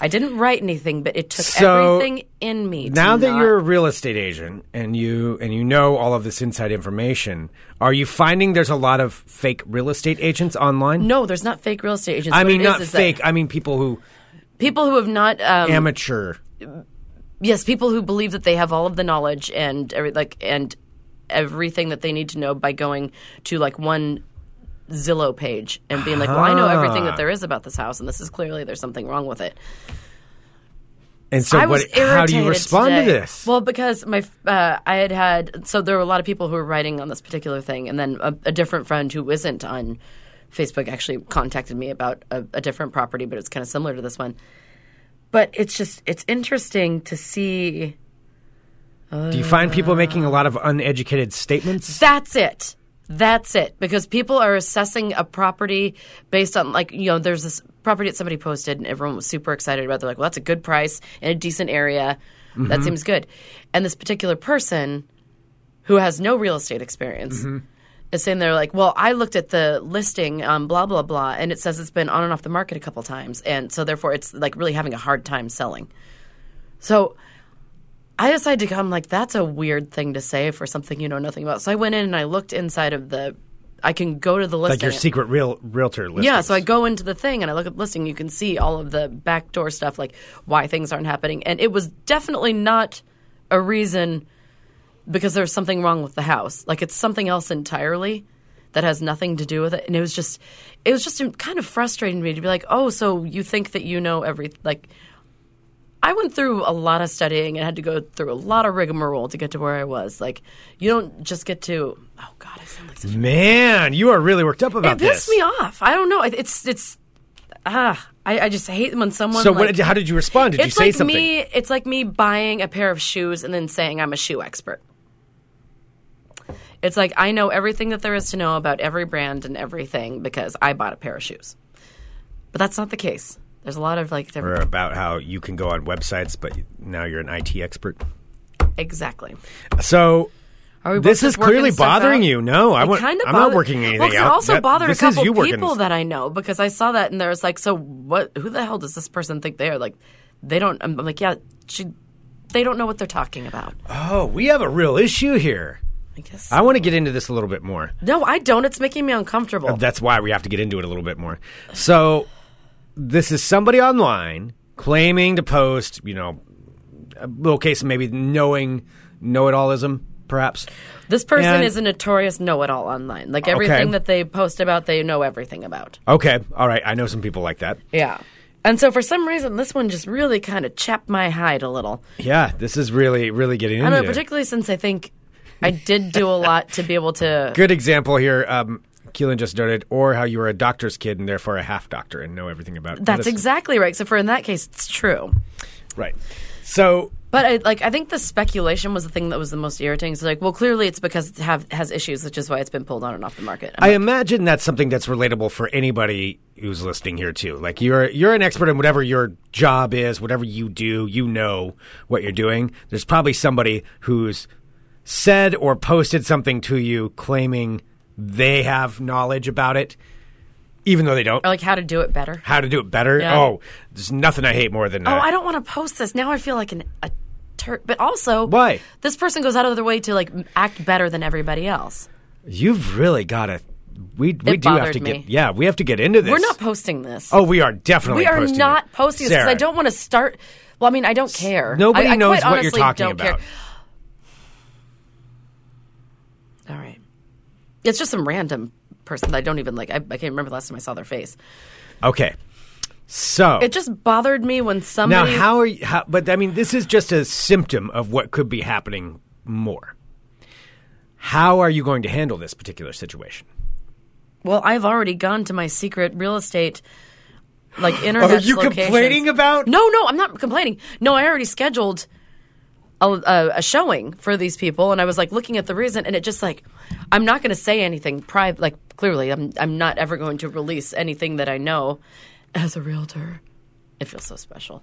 Speaker 7: I didn't write anything, but it took
Speaker 6: So,
Speaker 7: everything in me. to
Speaker 6: now that
Speaker 7: not-
Speaker 6: you're a real estate agent and you and you know all of this inside information, are you finding there's a lot of fake real estate agents online?
Speaker 7: no, there's not fake real estate agents.
Speaker 6: I
Speaker 7: What
Speaker 6: mean
Speaker 7: it is
Speaker 6: not
Speaker 7: is that
Speaker 6: fake. I mean people who
Speaker 7: people who have not. Um,
Speaker 6: amateur.
Speaker 7: yes, people who believe that they have all of the knowledge and every, like and everything that they need to know by going to like one Zillow page and being like, "Well, I know everything
Speaker 6: Ah.
Speaker 7: that there is about this house, and this is clearly there's something wrong with it."
Speaker 6: And so
Speaker 7: I
Speaker 6: what
Speaker 7: was irritated
Speaker 6: how do you respond
Speaker 7: today.
Speaker 6: to this?
Speaker 7: Well, because my f- uh, I had had so there were a lot of people who were writing on this particular thing, and then a, a different friend who isn't on Facebook actually contacted me about a, a different property, but it's kind of similar to this one. But it's just it's interesting to see.
Speaker 6: do you find people making a lot of uneducated statements?
Speaker 7: That's it. That's it. Because people are assessing a property based on like you know, there's this property that somebody posted and everyone was super excited about. They're like, "Well, that's a good price in a decent area. That seems good." And this particular person who has no real estate experience is saying they're like, "Well, I looked at the listing, um, blah blah blah, and it says it's been on and off the market a couple times, and so therefore it's like really having a hard time selling." So I decided to come like that's a weird thing to say for something you know nothing about. So I went in and I looked inside of the. I can go to the listing.
Speaker 6: like your secret real realtor list.
Speaker 7: Yeah, so I go into the thing and I look at the listing. You can see all of the backdoor stuff, like why things aren't happening. And it was definitely not a reason because there's something wrong with the house. Like it's something else entirely that has nothing to do with it. And it was just, it was just kind of frustrating to me to be like, oh, so you think that you know every like. I went through a lot of studying and had to go through a lot of rigmarole to get to where I was. Like, you don't just get to. Oh God, I sound like such a
Speaker 6: Man, you are really worked up about
Speaker 7: it pissed
Speaker 6: this.
Speaker 7: me off. I don't know. It- It's it's ah, I, I just hate when someone.
Speaker 6: So
Speaker 7: like,
Speaker 6: what did you- how did you respond? Did you
Speaker 7: it's
Speaker 6: say
Speaker 7: like
Speaker 6: something?
Speaker 7: me. It's like me buying a pair of shoes and then saying I'm a shoe expert. It's like I know everything that there is to know about every brand and everything because I bought a pair of shoes. But that's not the case. There's a lot of like
Speaker 6: Or
Speaker 7: different
Speaker 6: about how you can go on websites, but now you're an IT expert.
Speaker 7: exactly.
Speaker 6: So
Speaker 7: Are we both
Speaker 6: This is
Speaker 7: just working
Speaker 6: clearly
Speaker 7: stuff
Speaker 6: bothering
Speaker 7: out?
Speaker 6: you. No, I
Speaker 7: It
Speaker 6: want-
Speaker 7: kinda
Speaker 6: I'm not
Speaker 7: bother-
Speaker 6: working anything
Speaker 7: well, 'cause It
Speaker 6: out.
Speaker 7: also
Speaker 6: That-
Speaker 7: bothered
Speaker 6: this
Speaker 7: a
Speaker 6: is
Speaker 7: couple
Speaker 6: you working
Speaker 7: people
Speaker 6: this-
Speaker 7: that I know because I saw that and there was like, so what? Who the hell does this person think they are? Like, they don't. I'm I'm like, yeah, she. They don't know what they're talking about.
Speaker 6: Oh, we have a real issue here.
Speaker 7: I guess.
Speaker 6: I want to get into this a little bit more.
Speaker 7: no, I don't. It's making me uncomfortable.
Speaker 6: That's why we have to get into it a little bit more. So, this is somebody online claiming to post, you know, a little case of maybe knowing know it allism perhaps.
Speaker 7: This person
Speaker 6: And-
Speaker 7: is a notorious know-it-all online. Like everything
Speaker 6: Okay.
Speaker 7: that they post about, they know everything about.
Speaker 6: Okay, all right. I know some people like that.
Speaker 7: Yeah. And so for some reason, this one just really kind of chapped my hide a little.
Speaker 6: Yeah, this is really, really getting
Speaker 7: I
Speaker 6: into
Speaker 7: don't know,
Speaker 6: it.
Speaker 7: particularly since I think I did do a lot to be able to.
Speaker 6: Good example here. Um, Keelan just noted, or how you were a doctor's kid and therefore a half doctor and know everything about.
Speaker 7: That's
Speaker 6: medicine.
Speaker 7: exactly right. Except for in that case, it's true.
Speaker 6: right. So
Speaker 7: But I, like, I think the speculation was the thing that was the most irritating. So like, well, clearly it's because it have, has issues, which is why it's been pulled on and off the market. I'm
Speaker 6: I
Speaker 7: like,
Speaker 6: imagine that's something that's relatable for anybody who's listening here too. Like you're you're an expert in whatever your job is, whatever you do, you know what you're doing. There's probably somebody who's said or posted something to you claiming they have knowledge about it even though they don't.
Speaker 7: or, like how to do it better.
Speaker 6: How to do it better?
Speaker 7: Yeah.
Speaker 6: Oh, there's nothing I hate more than
Speaker 7: Oh,
Speaker 6: that.
Speaker 7: I don't want to post this now. I feel like an a turd. But also,
Speaker 6: Why?
Speaker 7: this person goes out of their way to like m- act better than everybody else?
Speaker 6: You've really got to we we
Speaker 7: It
Speaker 6: do have
Speaker 7: bothered
Speaker 6: to
Speaker 7: me.
Speaker 6: get Yeah, we have to get into this.
Speaker 7: We're not posting this.
Speaker 6: Oh, we are definitely
Speaker 7: we are
Speaker 6: posting
Speaker 7: not
Speaker 6: it.
Speaker 7: posting this because I
Speaker 6: Sarah.
Speaker 7: don't want to start. Well, I mean, I don't care.
Speaker 6: Nobody
Speaker 7: I, I
Speaker 6: knows
Speaker 7: quite
Speaker 6: what you're
Speaker 7: honestly
Speaker 6: talking
Speaker 7: don't
Speaker 6: about.
Speaker 7: Care. All right, it's just some random person that I don't even like. I, I can't remember the last time I saw their face.
Speaker 6: Okay. So
Speaker 7: It just bothered me when
Speaker 6: now,
Speaker 7: somebody.
Speaker 6: how are you? How, but I mean, this is just a symptom of what could be happening more. How are you going to handle this particular situation?
Speaker 7: Well, I've already gone to my secret real estate,
Speaker 6: [gasps]
Speaker 7: like internet. locations.
Speaker 6: about?
Speaker 7: No, no, I'm not complaining. No, I already scheduled a, a, a showing for these people, and I was like looking at the reason, and it just like I'm not going to say anything private. Like clearly, I'm I'm not ever going to release anything that I know as a realtor. It feels so special.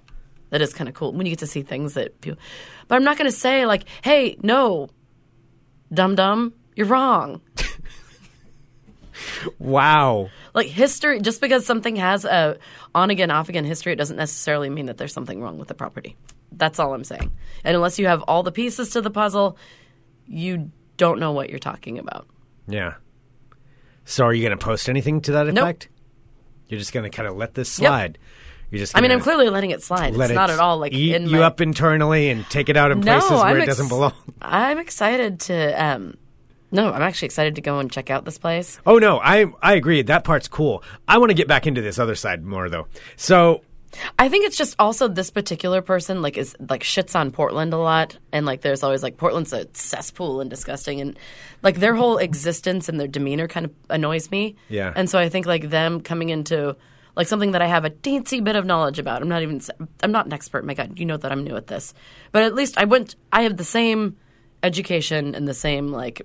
Speaker 7: That is kind of cool when you get to see things that people. But I'm not going to say like, "Hey, no, dum dum, you're wrong."
Speaker 6: Wow.
Speaker 7: Like history, just because something has a on again, off again history, it doesn't necessarily mean that there's something wrong with the property. That's all I'm saying. And unless you have all the pieces to the puzzle, you don't know what you're talking about.
Speaker 6: Yeah. So, are you going to post anything to that
Speaker 7: Nope.
Speaker 6: effect? You're just going to kind of let this slide. You're just.
Speaker 7: I mean,
Speaker 6: gonna
Speaker 7: I'm clearly letting it slide.
Speaker 6: Let
Speaker 7: it's
Speaker 6: it
Speaker 7: not at all like
Speaker 6: eat
Speaker 7: in
Speaker 6: you
Speaker 7: my,
Speaker 6: up internally and take it out in places where
Speaker 7: I'm
Speaker 6: it
Speaker 7: ex-
Speaker 6: doesn't belong.
Speaker 7: I'm excited to. Um, no, I'm actually excited to go and check out this place.
Speaker 6: Oh no, I I agree. That part's cool. I want to get back into this other side more though. So
Speaker 7: I think it's just also this particular person like is like shits on Portland a lot, and like there's always like Portland's a cesspool and disgusting, and like their whole existence and their demeanor kind of annoys me.
Speaker 6: Yeah.
Speaker 7: and so I think like them coming into like something that I have a teensy bit of knowledge about. I'm not even s- I'm not an expert. My God, you know that I'm new at this, but at least I went. I have the same education and the same like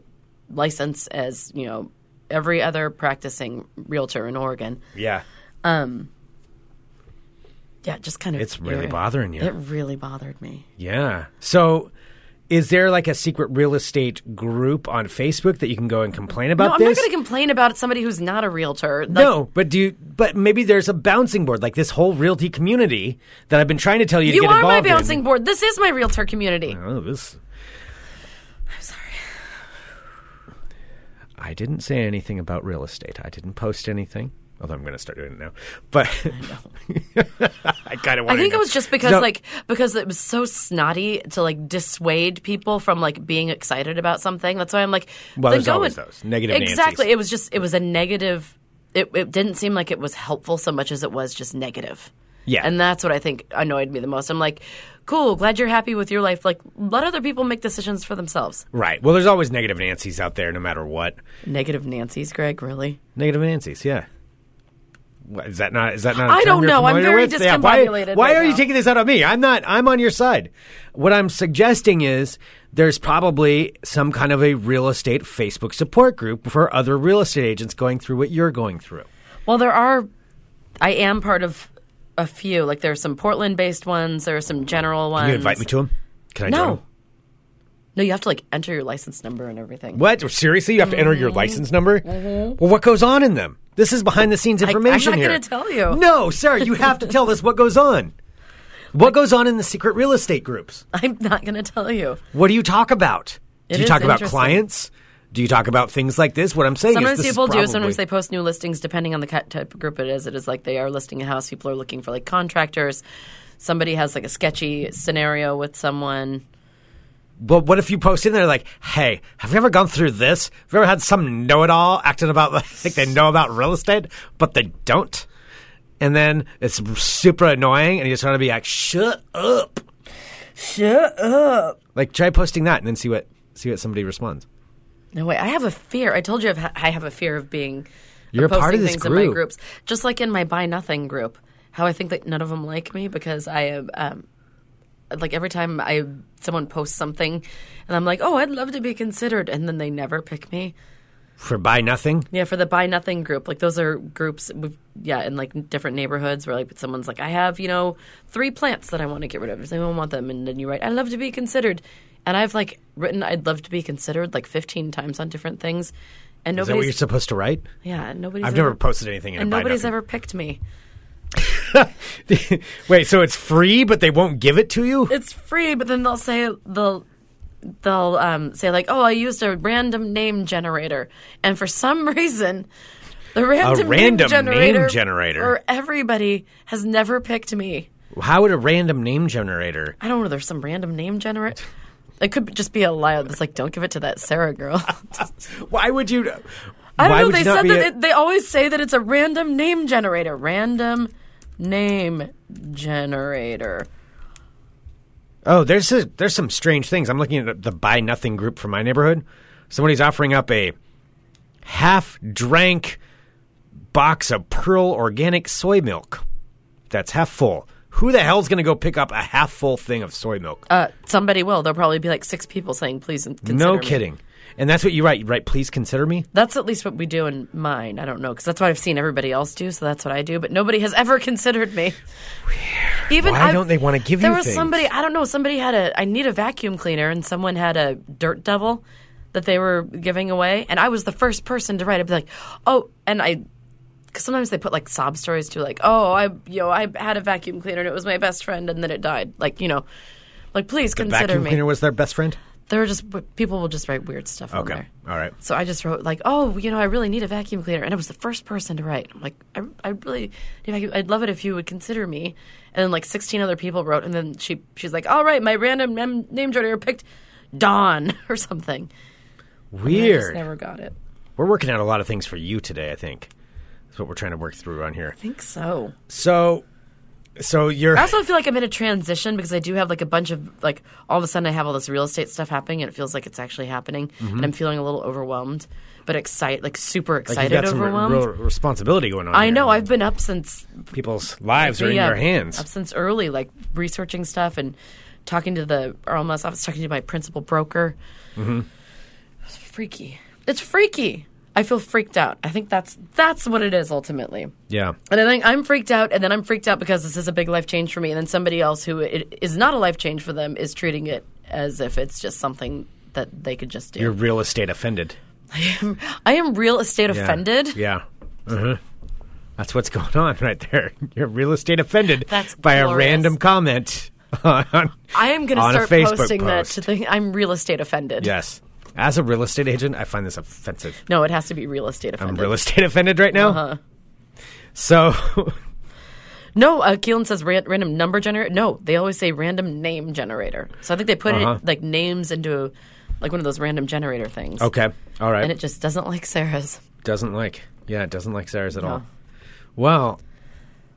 Speaker 7: license as you know every other practicing realtor in Oregon.
Speaker 6: yeah,
Speaker 7: Yeah, it just kind of
Speaker 6: It's really
Speaker 7: irri-
Speaker 6: bothering you.
Speaker 7: It really bothered me.
Speaker 6: Yeah. So is there like a secret real estate group on Facebook that you can go and complain about
Speaker 7: No, I'm
Speaker 6: this?
Speaker 7: not going to complain about somebody who's not a realtor. Like,
Speaker 6: no, but do you, but maybe there's a bouncing board like this whole realty community that I've been trying to tell you, to
Speaker 7: you
Speaker 6: get
Speaker 7: are my
Speaker 6: involved
Speaker 7: bouncing
Speaker 6: in.
Speaker 7: board. This is my realtor community.
Speaker 6: Oh, this. I'm sorry. I didn't say anything about real estate. I didn't post anything. Although I'm going to start doing it now, but [laughs] I kind of.
Speaker 7: I think it was just because,
Speaker 6: No.
Speaker 7: like, because it was so snotty to like dissuade people from like being excited about something. That's why I'm like,
Speaker 6: Well,
Speaker 7: then
Speaker 6: there's
Speaker 7: go
Speaker 6: always
Speaker 7: and-
Speaker 6: those. Negative Nancy's.
Speaker 7: Exactly. It was just it was a negative. It, it didn't seem like it was helpful so much as it was just negative.
Speaker 6: Yeah.
Speaker 7: and that's what I think annoyed me the most. I'm like, cool, glad you're happy with your life. Like, let other people make decisions for themselves.
Speaker 6: right. Well, there's always negative Nancy's out there, no matter what.
Speaker 7: Negative Nancy's, Greg. Really.
Speaker 6: Negative Nancy's, yeah. What, is that not? Is that not? a
Speaker 7: I
Speaker 6: term
Speaker 7: don't
Speaker 6: you're
Speaker 7: know. I'm
Speaker 6: familiar
Speaker 7: very
Speaker 6: with? Yeah, why-
Speaker 7: discombobulated
Speaker 6: why
Speaker 7: right
Speaker 6: are you
Speaker 7: now.
Speaker 6: taking this out on me? I'm not. I'm on your side. What I'm suggesting is there's probably some kind of a real estate Facebook support group for other real estate agents going through what you're going through.
Speaker 7: Well, there are. I am part of a few. Like there are some Portland-based ones. There are some general ones.
Speaker 6: Can you invite me to them? Can I? join 'em?
Speaker 7: Um, No. No, you have to like enter your license number and everything.
Speaker 6: What? Seriously, you have to enter
Speaker 7: Mm-hmm.
Speaker 6: your license number? Well, what goes on in them? This is behind the scenes
Speaker 7: I'm
Speaker 6: information
Speaker 7: not
Speaker 6: here.
Speaker 7: gonna tell you.
Speaker 6: No, Sarah, you have to tell us what goes on. What goes on in the secret real estate groups?
Speaker 7: I'm not going to tell you.
Speaker 6: What do you talk about? Do
Speaker 7: It
Speaker 6: you
Speaker 7: is
Speaker 6: talk about
Speaker 7: interesting.
Speaker 6: clients? Do you talk about things like this? What I'm saying
Speaker 7: Sometimes
Speaker 6: is, this
Speaker 7: people
Speaker 6: is
Speaker 7: do. Sometimes
Speaker 6: probably-
Speaker 7: they post new listings depending on the cat type of group it is. It is like they are listing a house. People are looking for like contractors. Somebody has like a sketchy scenario with someone.
Speaker 6: But what if you post in there like, "Hey, have you ever gone through this? Have you ever had some know-it-all acting about [laughs] like they know about real estate, but they don't?" And then it's super annoying, and you just want to be like, "Shut up!"
Speaker 7: Shut up.
Speaker 6: Like try posting that, and then see what see what somebody responds.
Speaker 7: No way. I have a fear. I told you I've ha- I have a fear of being
Speaker 6: You're a
Speaker 7: of posting
Speaker 6: part of this
Speaker 7: things in my
Speaker 6: group.
Speaker 7: groups, just like in my buy nothing group. How I think that none of them like me because I am um, like every time I someone posts something and I'm like, oh, I'd love to be considered, and then they never pick me.
Speaker 6: For buy nothing,
Speaker 7: Yeah, for the buy nothing group, like those are groups, with, yeah, in like different neighborhoods where like someone's like, I have you know three plants that I want to get rid of. Does anyone want them? And then you write, I'd love to be considered. And I've like written, I'd love to be considered like 15 times on different things, and
Speaker 6: is that what you're
Speaker 7: nobody's
Speaker 6: supposed to write?
Speaker 7: yeah, and nobody's.
Speaker 6: I've
Speaker 7: ever,
Speaker 6: never posted anything in
Speaker 7: and
Speaker 6: a buy
Speaker 7: nobody's
Speaker 6: nothing.
Speaker 7: ever picked me.
Speaker 6: [laughs] Wait, so it's free, but they won't give it to you?
Speaker 7: It's free, but then they'll say they'll they'll um, say like, "Oh, I used a random name generator," and for some [laughs] reason, the random,
Speaker 6: random name
Speaker 7: generator
Speaker 6: generator.
Speaker 7: for everybody has never picked me.
Speaker 6: How would a random name generator?
Speaker 7: I don't know. There's some random name generator. It could just be a lie. It's like, don't give it to that Sarah girl.
Speaker 6: [laughs] Why would you?
Speaker 7: I don't
Speaker 6: why
Speaker 7: know.
Speaker 6: Would
Speaker 7: They
Speaker 6: you not
Speaker 7: said
Speaker 6: be
Speaker 7: that
Speaker 6: a-
Speaker 7: it, they always say that it's a random name generator. Random name generator.
Speaker 6: Oh, there's a, there's some strange things. I'm looking at the buy nothing group from my neighborhood. Somebody's offering up a half drank box of Pearl organic soy milk. That's half full. Who the hell's going to go pick up a half full thing of soy milk?
Speaker 7: Uh, somebody will. There'll probably be like six people saying, "Please consider
Speaker 6: no
Speaker 7: me."
Speaker 6: kidding. And that's what you write. You write, please consider me.
Speaker 7: That's at least what we do in mine. I don't know because that's what I've seen everybody else do. So that's what I do. But nobody has [laughs] ever considered me. Even
Speaker 6: Why
Speaker 7: I've-
Speaker 6: don't they wanna give
Speaker 7: There
Speaker 6: you
Speaker 7: was
Speaker 6: things?
Speaker 7: somebody I don't know. Somebody had a. I need a vacuum cleaner, and someone had a dirt devil that they were giving away, and I was the first person to write. I'd be like, oh, and I. Because sometimes they put like sob stories too, like, oh, I, you know, I had a vacuum cleaner and it was my best friend, and then it died. Like, you know, like please consider
Speaker 6: Vacuum
Speaker 7: me.
Speaker 6: cleaner was their best friend.
Speaker 7: There are just people will just write weird stuff. on there.
Speaker 6: All right.
Speaker 7: So I just wrote like, oh, you know, I really need a vacuum cleaner, and I was the first person to write. I'm like, I, I really, need a vacuum. I'd love it if you would consider me. And then like 16 other people wrote, and then she she's like, all right, my random mem- name generator picked Dawn [laughs] or something. And I just
Speaker 6: Weird.
Speaker 7: never got it.
Speaker 6: We're working out a lot of things for you today, I think. That's what we're trying to work through on here.
Speaker 7: I think so.
Speaker 6: So, so you're
Speaker 7: I also feel like I'm in a transition because I do have like a bunch of like all of a sudden I have all this real estate stuff happening, and it feels like it's actually happening, and I'm feeling a little overwhelmed, but excited, like super
Speaker 6: like you've
Speaker 7: excited,
Speaker 6: got some re-
Speaker 7: overwhelmed.
Speaker 6: real responsibility going on.
Speaker 7: I
Speaker 6: here.
Speaker 7: know. I've been up since
Speaker 6: people's lives are in
Speaker 7: yeah,
Speaker 6: your hands.
Speaker 7: Up since early, like researching stuff and talking to the almost. I was talking to my principal broker.
Speaker 6: Mm-hmm.
Speaker 7: It's freaky. It's freaky. I feel freaked out. I think that's that's what it is ultimately.
Speaker 6: Yeah.
Speaker 7: And I think I'm freaked out, and then I'm freaked out because this is a big life change for me, and then somebody else who it is not a life change for them is treating it as if it's just something that they could just do.
Speaker 6: You're real estate offended.
Speaker 7: I am real estate
Speaker 6: Yeah.
Speaker 7: offended.
Speaker 6: Yeah. Uh-huh. That's what's [laughs] going on right there. You're real estate offended
Speaker 7: That's
Speaker 6: by a
Speaker 7: glorious.
Speaker 6: random comment. on- [laughs]
Speaker 7: I am going to
Speaker 6: On a
Speaker 7: start
Speaker 6: Facebook
Speaker 7: posting that
Speaker 6: post.
Speaker 7: to think I'm real estate offended.
Speaker 6: yes. As a real estate agent, I find this offensive.
Speaker 7: No, it has to be real estate
Speaker 6: I'm
Speaker 7: offended.
Speaker 6: real estate offended right now.
Speaker 7: Uh-huh.
Speaker 6: So [laughs]
Speaker 7: No, uh, Keelan says ran- random number generator. No, they always say random name generator. So I think they put
Speaker 6: Uh-huh.
Speaker 7: it like names into like one of those random generator things.
Speaker 6: okay, all right.
Speaker 7: And it just doesn't like Sarah's.
Speaker 6: Doesn't like. Yeah, it doesn't like Sarah's at all. Well,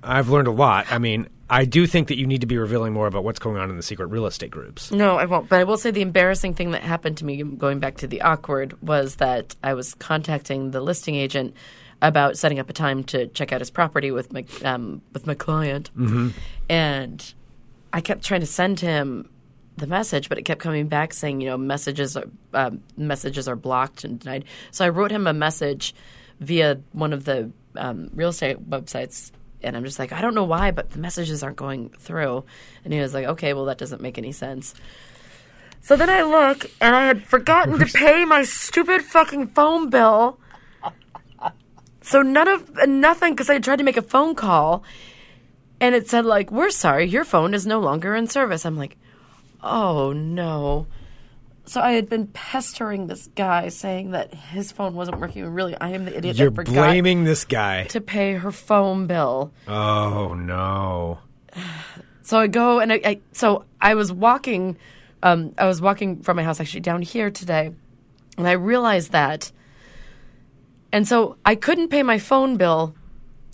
Speaker 6: I've learned a lot. I mean, I do think that you need to be revealing more about what's going on in the secret real estate groups.
Speaker 7: No, I won't. But I will say the embarrassing thing that happened to me, going back to the awkward, was that I was contacting the listing agent about setting up a time to check out his property with my um, with my client, and I kept trying to send him the message, but it kept coming back saying, you know, messages are um, messages are blocked and denied. So I wrote him a message via one of the um, real estate websites, and I'm just like, I don't know why, but the messages aren't going through. And he was like, okay, well, that doesn't make any sense. So then I look, and I had
Speaker 6: [laughs]
Speaker 7: forgotten to pay my stupid fucking phone bill. So none of and nothing because I tried to make a phone call, and it said like, "We're sorry, your phone is no longer in service." I'm like, "Oh no." So I had been pestering this guy, saying that his phone wasn't working. and Really, I am the idiot
Speaker 6: You're
Speaker 7: that forgot
Speaker 6: blaming this guy.
Speaker 7: to pay her phone bill.
Speaker 6: Oh no.
Speaker 7: So I go and I, I so I was walking um, I was walking from my house actually down here today, and I realized that. And so I couldn't pay my phone bill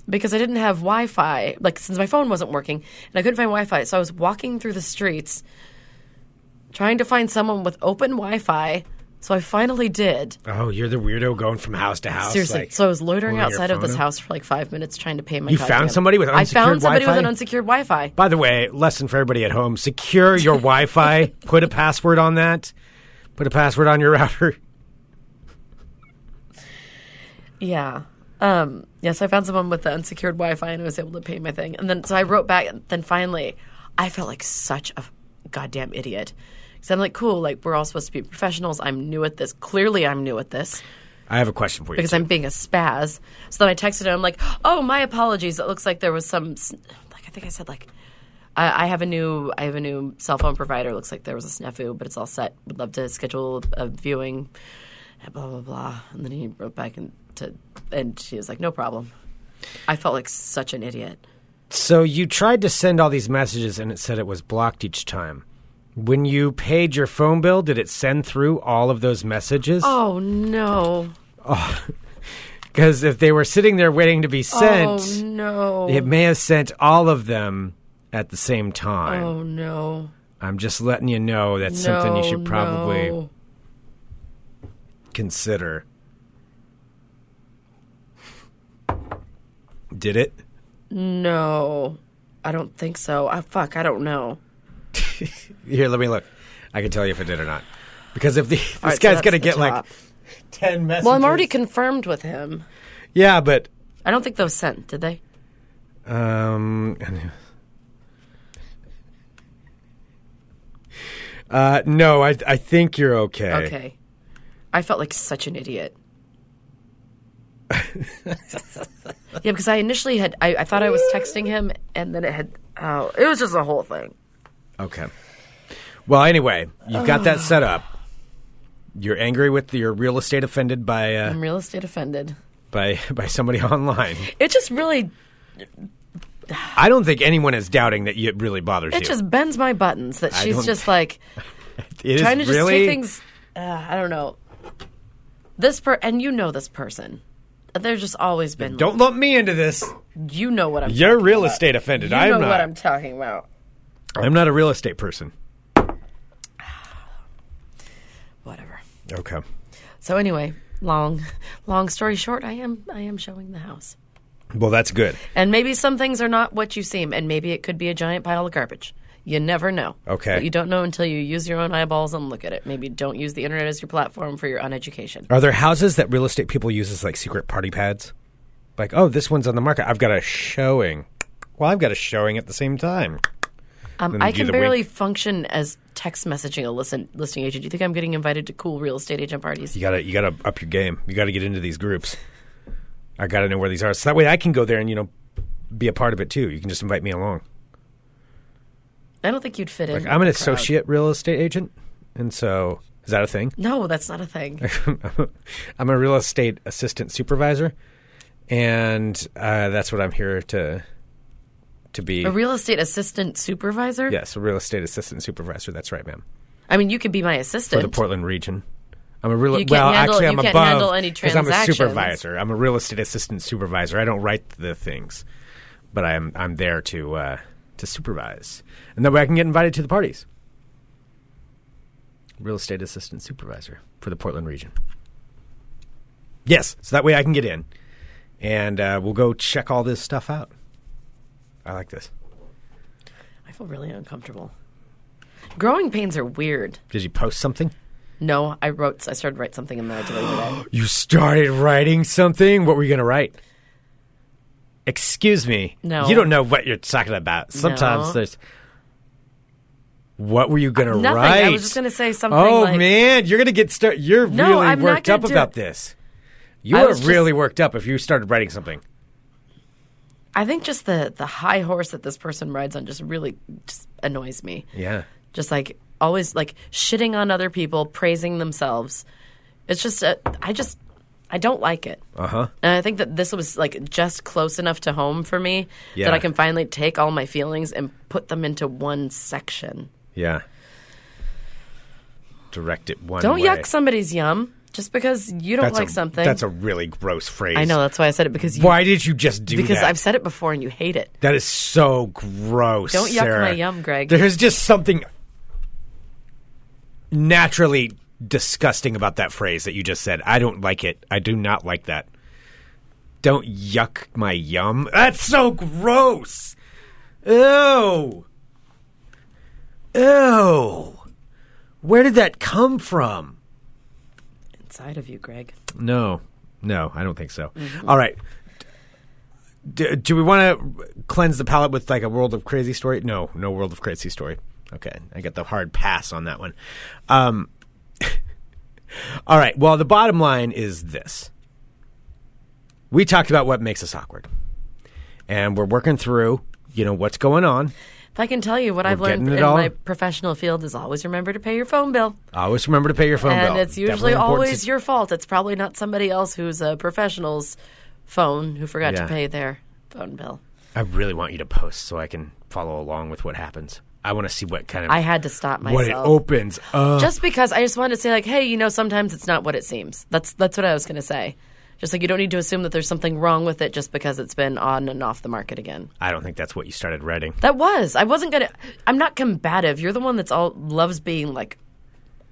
Speaker 7: because I didn't have Wi Fi, like since my phone wasn't working, and I couldn't find Wi Fi. So I was walking through the streets trying to find someone with open Wi Fi. So I finally did.
Speaker 6: Oh, you're the weirdo going from house to house.
Speaker 7: Seriously.
Speaker 6: like,
Speaker 7: so I was loitering
Speaker 6: holding your
Speaker 7: outside of
Speaker 6: phone
Speaker 7: this
Speaker 6: up.
Speaker 7: house for like five minutes trying to pay my
Speaker 6: You
Speaker 7: goddamn-
Speaker 6: found somebody with
Speaker 7: I
Speaker 6: unsecured
Speaker 7: found somebody with
Speaker 6: Wi-Fi?
Speaker 7: an unsecured Wi Fi.
Speaker 6: By the way, lesson for everybody at home:
Speaker 7: [laughs]
Speaker 6: secure your Wi-Fi. Put a password on that. Put a password on your router.
Speaker 7: Yeah. Um, yes, I found someone with the unsecured Wi Fi and I was able to pay my thing. And then, so I wrote back. And then finally, I felt like such a goddamn idiot. Because I'm like, cool, like, we're all supposed to be professionals. I'm new at this. Clearly, I'm new at this
Speaker 6: I have a question for you.
Speaker 7: because I'm being a spaz. So then I texted him, like, oh, my apologies. It looks like there was some, s- like, I think I said, like, I, I have a new, I have a new cell phone provider. It looks like there was a snafu, but it's all set. Would love to schedule a viewing. and Blah blah blah. And then he wrote back and to, and she was like, no problem. I felt like such an idiot.
Speaker 6: So you tried to send all these messages and it said it was blocked each time. When you paid your phone bill, did it send through all of those messages?
Speaker 7: Oh no!
Speaker 6: Because if they were sitting there waiting to be sent,
Speaker 7: Oh no!
Speaker 6: it may have sent all of them at the same time.
Speaker 7: oh no!
Speaker 6: I'm just letting you know that's something you
Speaker 7: No,
Speaker 6: should probably
Speaker 7: no.
Speaker 6: consider. Did it?
Speaker 7: No, I don't think so. I fuck. I don't know.
Speaker 6: Here, let me look. I can tell you if it did or not. Because if the, [laughs] this
Speaker 7: All right, so
Speaker 6: guy's
Speaker 7: that's
Speaker 6: gonna
Speaker 7: the
Speaker 6: get like
Speaker 7: top.
Speaker 6: ten messages.
Speaker 7: Well, I'm already confirmed with him.
Speaker 6: yeah, but
Speaker 7: I don't think those sent, did they?
Speaker 6: Um, [laughs] uh, no, I I think you're okay.
Speaker 7: Okay. I felt like such an
Speaker 6: [laughs]
Speaker 7: idiot. yeah, because I initially had I, I thought I was texting him and then it had oh it was just a whole thing.
Speaker 6: Okay. Well, anyway, you've
Speaker 7: [sighs]
Speaker 6: got that set up. You're angry with your real estate offended by uh,
Speaker 7: I'm real estate offended.
Speaker 6: by [laughs] by somebody online.
Speaker 7: It just really
Speaker 6: I don't think anyone is doubting that you- it really bothers
Speaker 7: it
Speaker 6: you.
Speaker 7: just bends my buttons that
Speaker 6: I
Speaker 7: she's
Speaker 6: don't
Speaker 7: just
Speaker 6: [laughs]
Speaker 7: like
Speaker 6: It is
Speaker 7: trying to just
Speaker 6: really,
Speaker 7: take things uh, I don't know. This per and you know this person. There's just always been
Speaker 6: Don't lump me into this.
Speaker 7: you know what I'm
Speaker 6: You're
Speaker 7: talking
Speaker 6: real
Speaker 7: about.
Speaker 6: estate offended.
Speaker 7: You
Speaker 6: I'm
Speaker 7: know
Speaker 6: not.
Speaker 7: what I'm talking about.
Speaker 6: I'm not a real estate person.
Speaker 7: Whatever.
Speaker 6: Okay.
Speaker 7: So anyway, long [laughs] long story short, I am I am showing the house.
Speaker 6: Well, that's good.
Speaker 7: And maybe some things are not what you seem and maybe it could be a giant pile of garbage. You never know.
Speaker 6: Okay.
Speaker 7: But you don't know until you use your own eyeballs and look at it. Maybe don't use the internet as your platform for your uneducation.
Speaker 6: Are there houses that real estate people use as like secret party pads? Like, oh, this one's on the market. I've got a showing. Well, I've got a showing at the same time.
Speaker 7: Um,
Speaker 6: Then
Speaker 7: I
Speaker 6: do
Speaker 7: can
Speaker 6: the wink.
Speaker 7: barely function as text messaging a listen, listing agent. Do you think I'm getting invited to cool real estate agent parties?
Speaker 6: You gotta, you gotta up your game. You gotta get into these groups. I gotta know where these are, so that way I can go there and you know be a part of it too. You can just invite me along.
Speaker 7: I don't think you'd fit in.
Speaker 6: Like, I'm an
Speaker 7: with the crowd.
Speaker 6: associate real estate agent, and so is that a thing? [laughs]
Speaker 7: No, that's not a thing.
Speaker 6: I'm a real estate assistant supervisor, and uh, that's what I'm here to to be.
Speaker 7: A real estate assistant supervisor?
Speaker 6: yes, a real estate assistant supervisor. That's right, ma'am.
Speaker 7: I mean, you could be my
Speaker 6: for
Speaker 7: assistant.
Speaker 6: the Portland region. I'm a real
Speaker 7: You can't
Speaker 6: well.
Speaker 7: handle-
Speaker 6: actually,
Speaker 7: you
Speaker 6: I'm
Speaker 7: can't
Speaker 6: above
Speaker 7: handle any
Speaker 6: 'cause I'm a
Speaker 7: transactions.
Speaker 6: supervisor. I'm a real estate assistant supervisor. I don't write the things, but I'm I'm there to uh, to supervise, and that way I can get invited to the parties. Real estate assistant supervisor for the Portland region. Yes, so that way I can get in, and uh, we'll go check all this stuff out. I like this.
Speaker 7: I feel really uncomfortable. Growing pains are weird.
Speaker 6: Did you post something?
Speaker 7: No, I wrote. I started to write something and then I deleted
Speaker 6: [gasps]
Speaker 7: it.
Speaker 6: You started writing something? What were you going to write? Excuse me.
Speaker 7: No.
Speaker 6: You don't know what you're talking about. Sometimes
Speaker 7: No.
Speaker 6: there's. What were you going to
Speaker 7: Nothing.
Speaker 6: write?
Speaker 7: I was just gonna say something.
Speaker 6: Oh,
Speaker 7: like,
Speaker 6: man. You're going to get started. You're
Speaker 7: No,
Speaker 6: really
Speaker 7: I'm not
Speaker 6: worked
Speaker 7: gonna
Speaker 6: up
Speaker 7: do
Speaker 6: about
Speaker 7: it.
Speaker 6: this. You
Speaker 7: I
Speaker 6: are
Speaker 7: was just-
Speaker 6: really worked up if you started writing something.
Speaker 7: I think just the the high horse that this person rides on just really just annoys me.
Speaker 6: Yeah.
Speaker 7: Just like always, like shitting on other people, praising themselves. It's just a, I just I don't like it.
Speaker 6: Uh huh.
Speaker 7: And I think that this was like just close enough to home for me
Speaker 6: Yeah.
Speaker 7: that I can finally take all my feelings and put them into one section.
Speaker 6: Yeah. direct it one
Speaker 7: Don't
Speaker 6: way.
Speaker 7: yuck somebody's yum just because you don't
Speaker 6: That's
Speaker 7: like
Speaker 6: a,
Speaker 7: something.
Speaker 6: That's a really gross phrase.
Speaker 7: I know that's why I said it because you
Speaker 6: Why did you just do
Speaker 7: because
Speaker 6: that?
Speaker 7: I've said it before and you hate it.
Speaker 6: that is so gross.
Speaker 7: Don't yuck
Speaker 6: Sarah.
Speaker 7: my yum, Greg.
Speaker 6: There's just something naturally disgusting about that phrase that you just said. I don't like it. I do not like that. Don't yuck my yum. That's so gross. Ew. Ew. Where did that come from?
Speaker 7: Inside of you, Greg.
Speaker 6: No, no, I don't think so. All right. Do, do we want to cleanse the palate with like a world of crazy story? No, no world of crazy story. Okay, I get the hard pass on that one. Um, [laughs] all right. Well, the bottom line is this: we talked about what makes us awkward, and we're working through, you know, what's going on.
Speaker 7: If I can tell you what I've learned
Speaker 6: getting it
Speaker 7: in
Speaker 6: all.
Speaker 7: my professional field is always remember to pay your phone bill.
Speaker 6: Always remember to pay your phone bill.
Speaker 7: and it's
Speaker 6: Definitely
Speaker 7: usually
Speaker 6: an important
Speaker 7: always
Speaker 6: sit-
Speaker 7: your fault. It's probably not somebody else who's a professional's phone who forgot
Speaker 6: Yeah.
Speaker 7: to pay their phone bill.
Speaker 6: I really want you to post so I can follow along with what happens. I want to see what kind of
Speaker 7: I had to stop myself.
Speaker 6: what it opens up.
Speaker 7: just because I just wanted to say like, hey, you know, sometimes it's not what it seems. That's that's what I was gonna say. Just like you don't need to assume that there's something wrong with it just because it's been on and off the market again.
Speaker 6: I don't think that's what you started writing.
Speaker 7: That was. I wasn't gonna. I'm not combative. You're the one that's all loves being like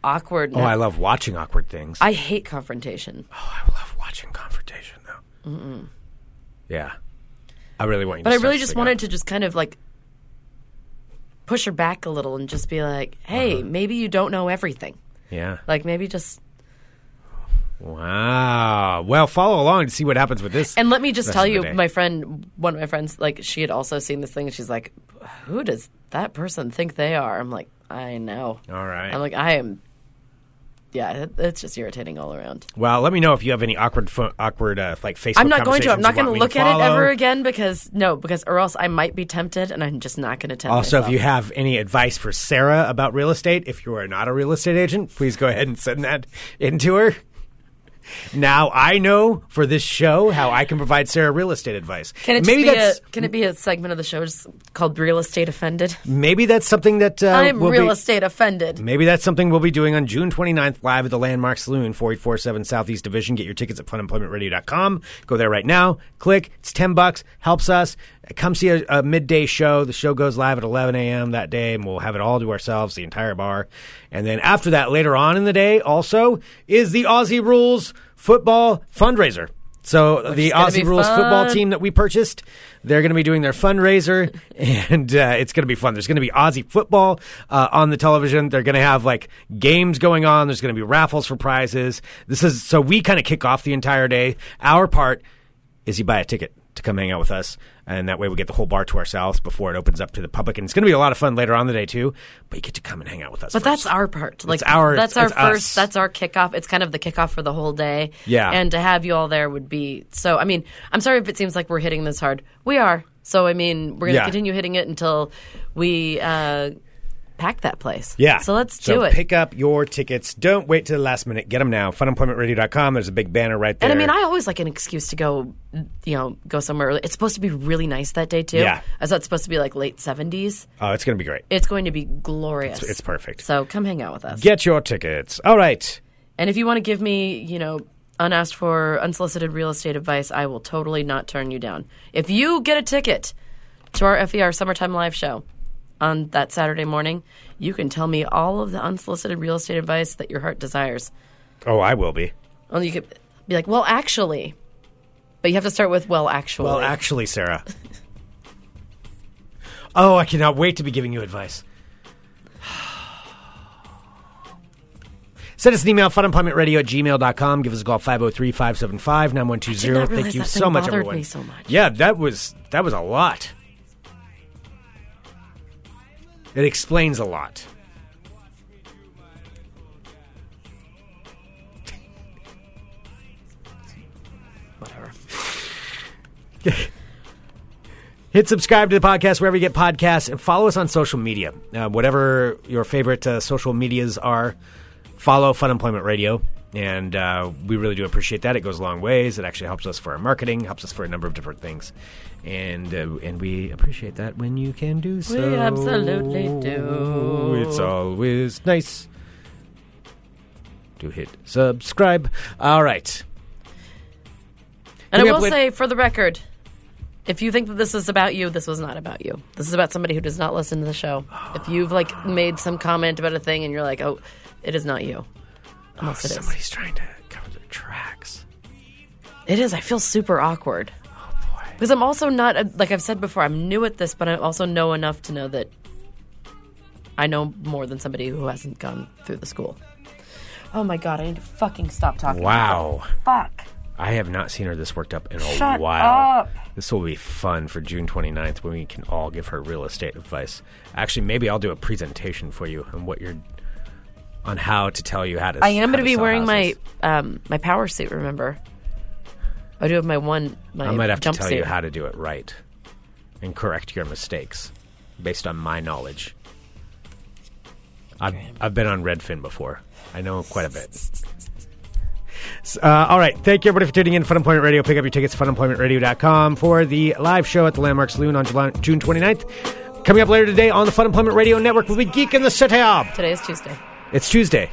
Speaker 7: awkward.
Speaker 6: Oh, I love Oh, watching awkward things.
Speaker 7: I hate confrontation.
Speaker 6: I love watching confrontation, though. Yeah, I really want you.
Speaker 7: But
Speaker 6: to
Speaker 7: I
Speaker 6: start
Speaker 7: really
Speaker 6: this
Speaker 7: just
Speaker 6: thing
Speaker 7: wanted
Speaker 6: up.
Speaker 7: to just kind of like push her back a little and just be like, hey,
Speaker 6: Uh-huh.
Speaker 7: maybe you don't know everything.
Speaker 6: Yeah.
Speaker 7: Like maybe just
Speaker 6: Wow. Well, follow along and see what happens with this.
Speaker 7: And let me just
Speaker 6: rest
Speaker 7: tell
Speaker 6: of the
Speaker 7: you,
Speaker 6: day.
Speaker 7: my friend, one of my friends, like she had also seen this thing. And she's like, "Who does that person think they are?" I'm like, "I know."
Speaker 6: All right.
Speaker 7: I'm like, I am. Yeah, it- it's just irritating all around.
Speaker 6: well, let me know if you have any awkward, fo- awkward, uh, like Facebook.
Speaker 7: I'm not going to. I'm
Speaker 6: conversations
Speaker 7: not
Speaker 6: you
Speaker 7: going
Speaker 6: want
Speaker 7: to
Speaker 6: me
Speaker 7: look at it
Speaker 6: follow.
Speaker 7: ever again because no, because or else I might be tempted, and I'm just not going to tempt.
Speaker 6: Also, if
Speaker 7: myself.
Speaker 6: you have any advice for Sarah about real estate, if you are not a real estate agent, please go ahead and send that into her. Now I know for this show how I can provide Sarah real estate advice.
Speaker 7: can it just
Speaker 6: maybe
Speaker 7: be
Speaker 6: that's
Speaker 7: a can it be a segment of the show just called "Real Estate Offended"?
Speaker 6: maybe that's something that uh,
Speaker 7: I'm
Speaker 6: we'll
Speaker 7: real
Speaker 6: be,
Speaker 7: estate offended.
Speaker 6: Maybe that's something we'll be doing on June 29th live at the Landmark Saloon, 4847 Southeast Division. Get your tickets at funemploymentradio.com. Go there right now. Click. It's 10 bucks. Helps us. Come see a, a midday show. The show goes live at 11 a.m. that day, and we'll have it all to ourselves, the entire bar. And then after that, later on in the day, also, is the Aussie Rules football fundraiser. So the
Speaker 7: is gonna be
Speaker 6: Aussie Rules football
Speaker 7: fun.
Speaker 6: team that we purchased. They're going to be doing their fundraiser, [laughs] and uh, it's going to be fun. There's going to be Aussie football uh, on the television. They're going to have like games going on. There's going to be raffles for prizes. This is so we kind of kick off the entire day. Our part is you buy a ticket to come hang out with us, and that way we get the whole bar to ourselves before it opens up to the public. And it's going to be a lot of fun later on in the day too. But you get to come and hang out with us.
Speaker 7: But that's our part. Like
Speaker 6: our-
Speaker 7: that's our
Speaker 6: it's
Speaker 7: first.
Speaker 6: us.
Speaker 7: That's our kickoff. It's kind of the kickoff for the whole day.
Speaker 6: Yeah.
Speaker 7: And to have you all there would be so. I mean, I'm sorry if it seems like we're hitting this hard. We are. So I mean, we're gonna
Speaker 6: Yeah.
Speaker 7: continue hitting it until we uh, pack that place.
Speaker 6: Yeah.
Speaker 7: So let's do it.
Speaker 6: Pick up your tickets. Don't wait till the last minute. Get them now. Funemploymentradio.com. There's a big banner right there.
Speaker 7: and I mean, I always like an excuse to go, you know, go somewhere early. It's supposed to be really nice that day too.
Speaker 6: Yeah.
Speaker 7: I thought it's supposed to be like late 70s.
Speaker 6: Oh, it's going to be great.
Speaker 7: It's going to be glorious.
Speaker 6: It's perfect.
Speaker 7: So come hang out with us.
Speaker 6: Get your tickets. All right.
Speaker 7: And if you want to give me, you know, unasked for, unsolicited real estate advice, I will totally not turn you down. If you get a ticket to our FER Summertime Live show on that Saturday morning, you can tell me all of the unsolicited real estate advice that your heart desires.
Speaker 6: Oh, I will be.
Speaker 7: Well, you could be like, well, actually. But you have to start with, well, actually.
Speaker 6: Well, actually, Sarah. oh, I cannot wait to be giving you advice. [sighs] Send us an email, funemploymentradio at gmail.com. Give us a call, 503 575 9120.
Speaker 7: realize
Speaker 6: Thank you
Speaker 7: that
Speaker 6: so
Speaker 7: thing
Speaker 6: much,
Speaker 7: bothered
Speaker 6: everyone.
Speaker 7: me so much.
Speaker 6: Yeah, that was, that was a lot. It explains a lot.
Speaker 7: Whatever.
Speaker 6: Hit subscribe to the podcast wherever you get podcasts and follow us on social media. Uh, whatever your favorite uh, social medias are, follow Fun Employment Radio. And uh, we really do appreciate that. It goes a long ways. It actually helps us for our marketing, helps us for a number of different things. And uh, and we appreciate that when you can do so.
Speaker 7: absolutely do.
Speaker 6: It's always nice to hit subscribe. All right.
Speaker 7: And
Speaker 6: Give me
Speaker 7: I
Speaker 6: a
Speaker 7: will
Speaker 6: plate-
Speaker 7: say, for the record, if you think that this is about you, this was not about you. This is about somebody who does not listen to the show. If you've like made some comment about a thing and you're like, oh, it is not you. Unless it is.
Speaker 6: Somebody's trying to cover their tracks.
Speaker 7: It is. I feel super awkward.
Speaker 6: Oh boy.
Speaker 7: Because I'm also not, like I've said before, I'm new at this, but I also know enough to know that I know more than somebody who hasn't gone through the school. Oh my god, I need to fucking stop talking.
Speaker 6: Wow.
Speaker 7: Fuck.
Speaker 6: I have not seen her this worked up in a
Speaker 7: Shut
Speaker 6: while.
Speaker 7: up.
Speaker 6: This will be fun for June 29th when we can all give her real estate advice. Actually, maybe I'll do a presentation for you on what you're on how to tell you how to.
Speaker 7: I am
Speaker 6: how
Speaker 7: going to be
Speaker 6: sell
Speaker 7: wearing
Speaker 6: houses.
Speaker 7: my um, my power suit. Remember, I do have my one. My
Speaker 6: I might have to
Speaker 7: jumpsuit.
Speaker 6: tell you how to do it right and correct your mistakes based on my knowledge. I've, I've been on Redfin before. I know quite a bit. S- Uh, all right. Thank you, everybody, for tuning in. to Fun Employment Radio. Pick up your tickets at funemploymentradio.com for the live show at the Landmark Saloon on July, June 29th. Coming up later today on the Fun Employment Radio Network will be Geek in the City.
Speaker 7: Today is Tuesday.
Speaker 6: It's Tuesday.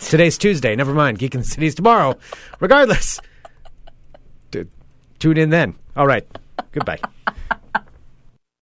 Speaker 6: Today's Tuesday. Never mind. Geek in the City's tomorrow. [laughs] Regardless, t- tune in then. All right. Goodbye.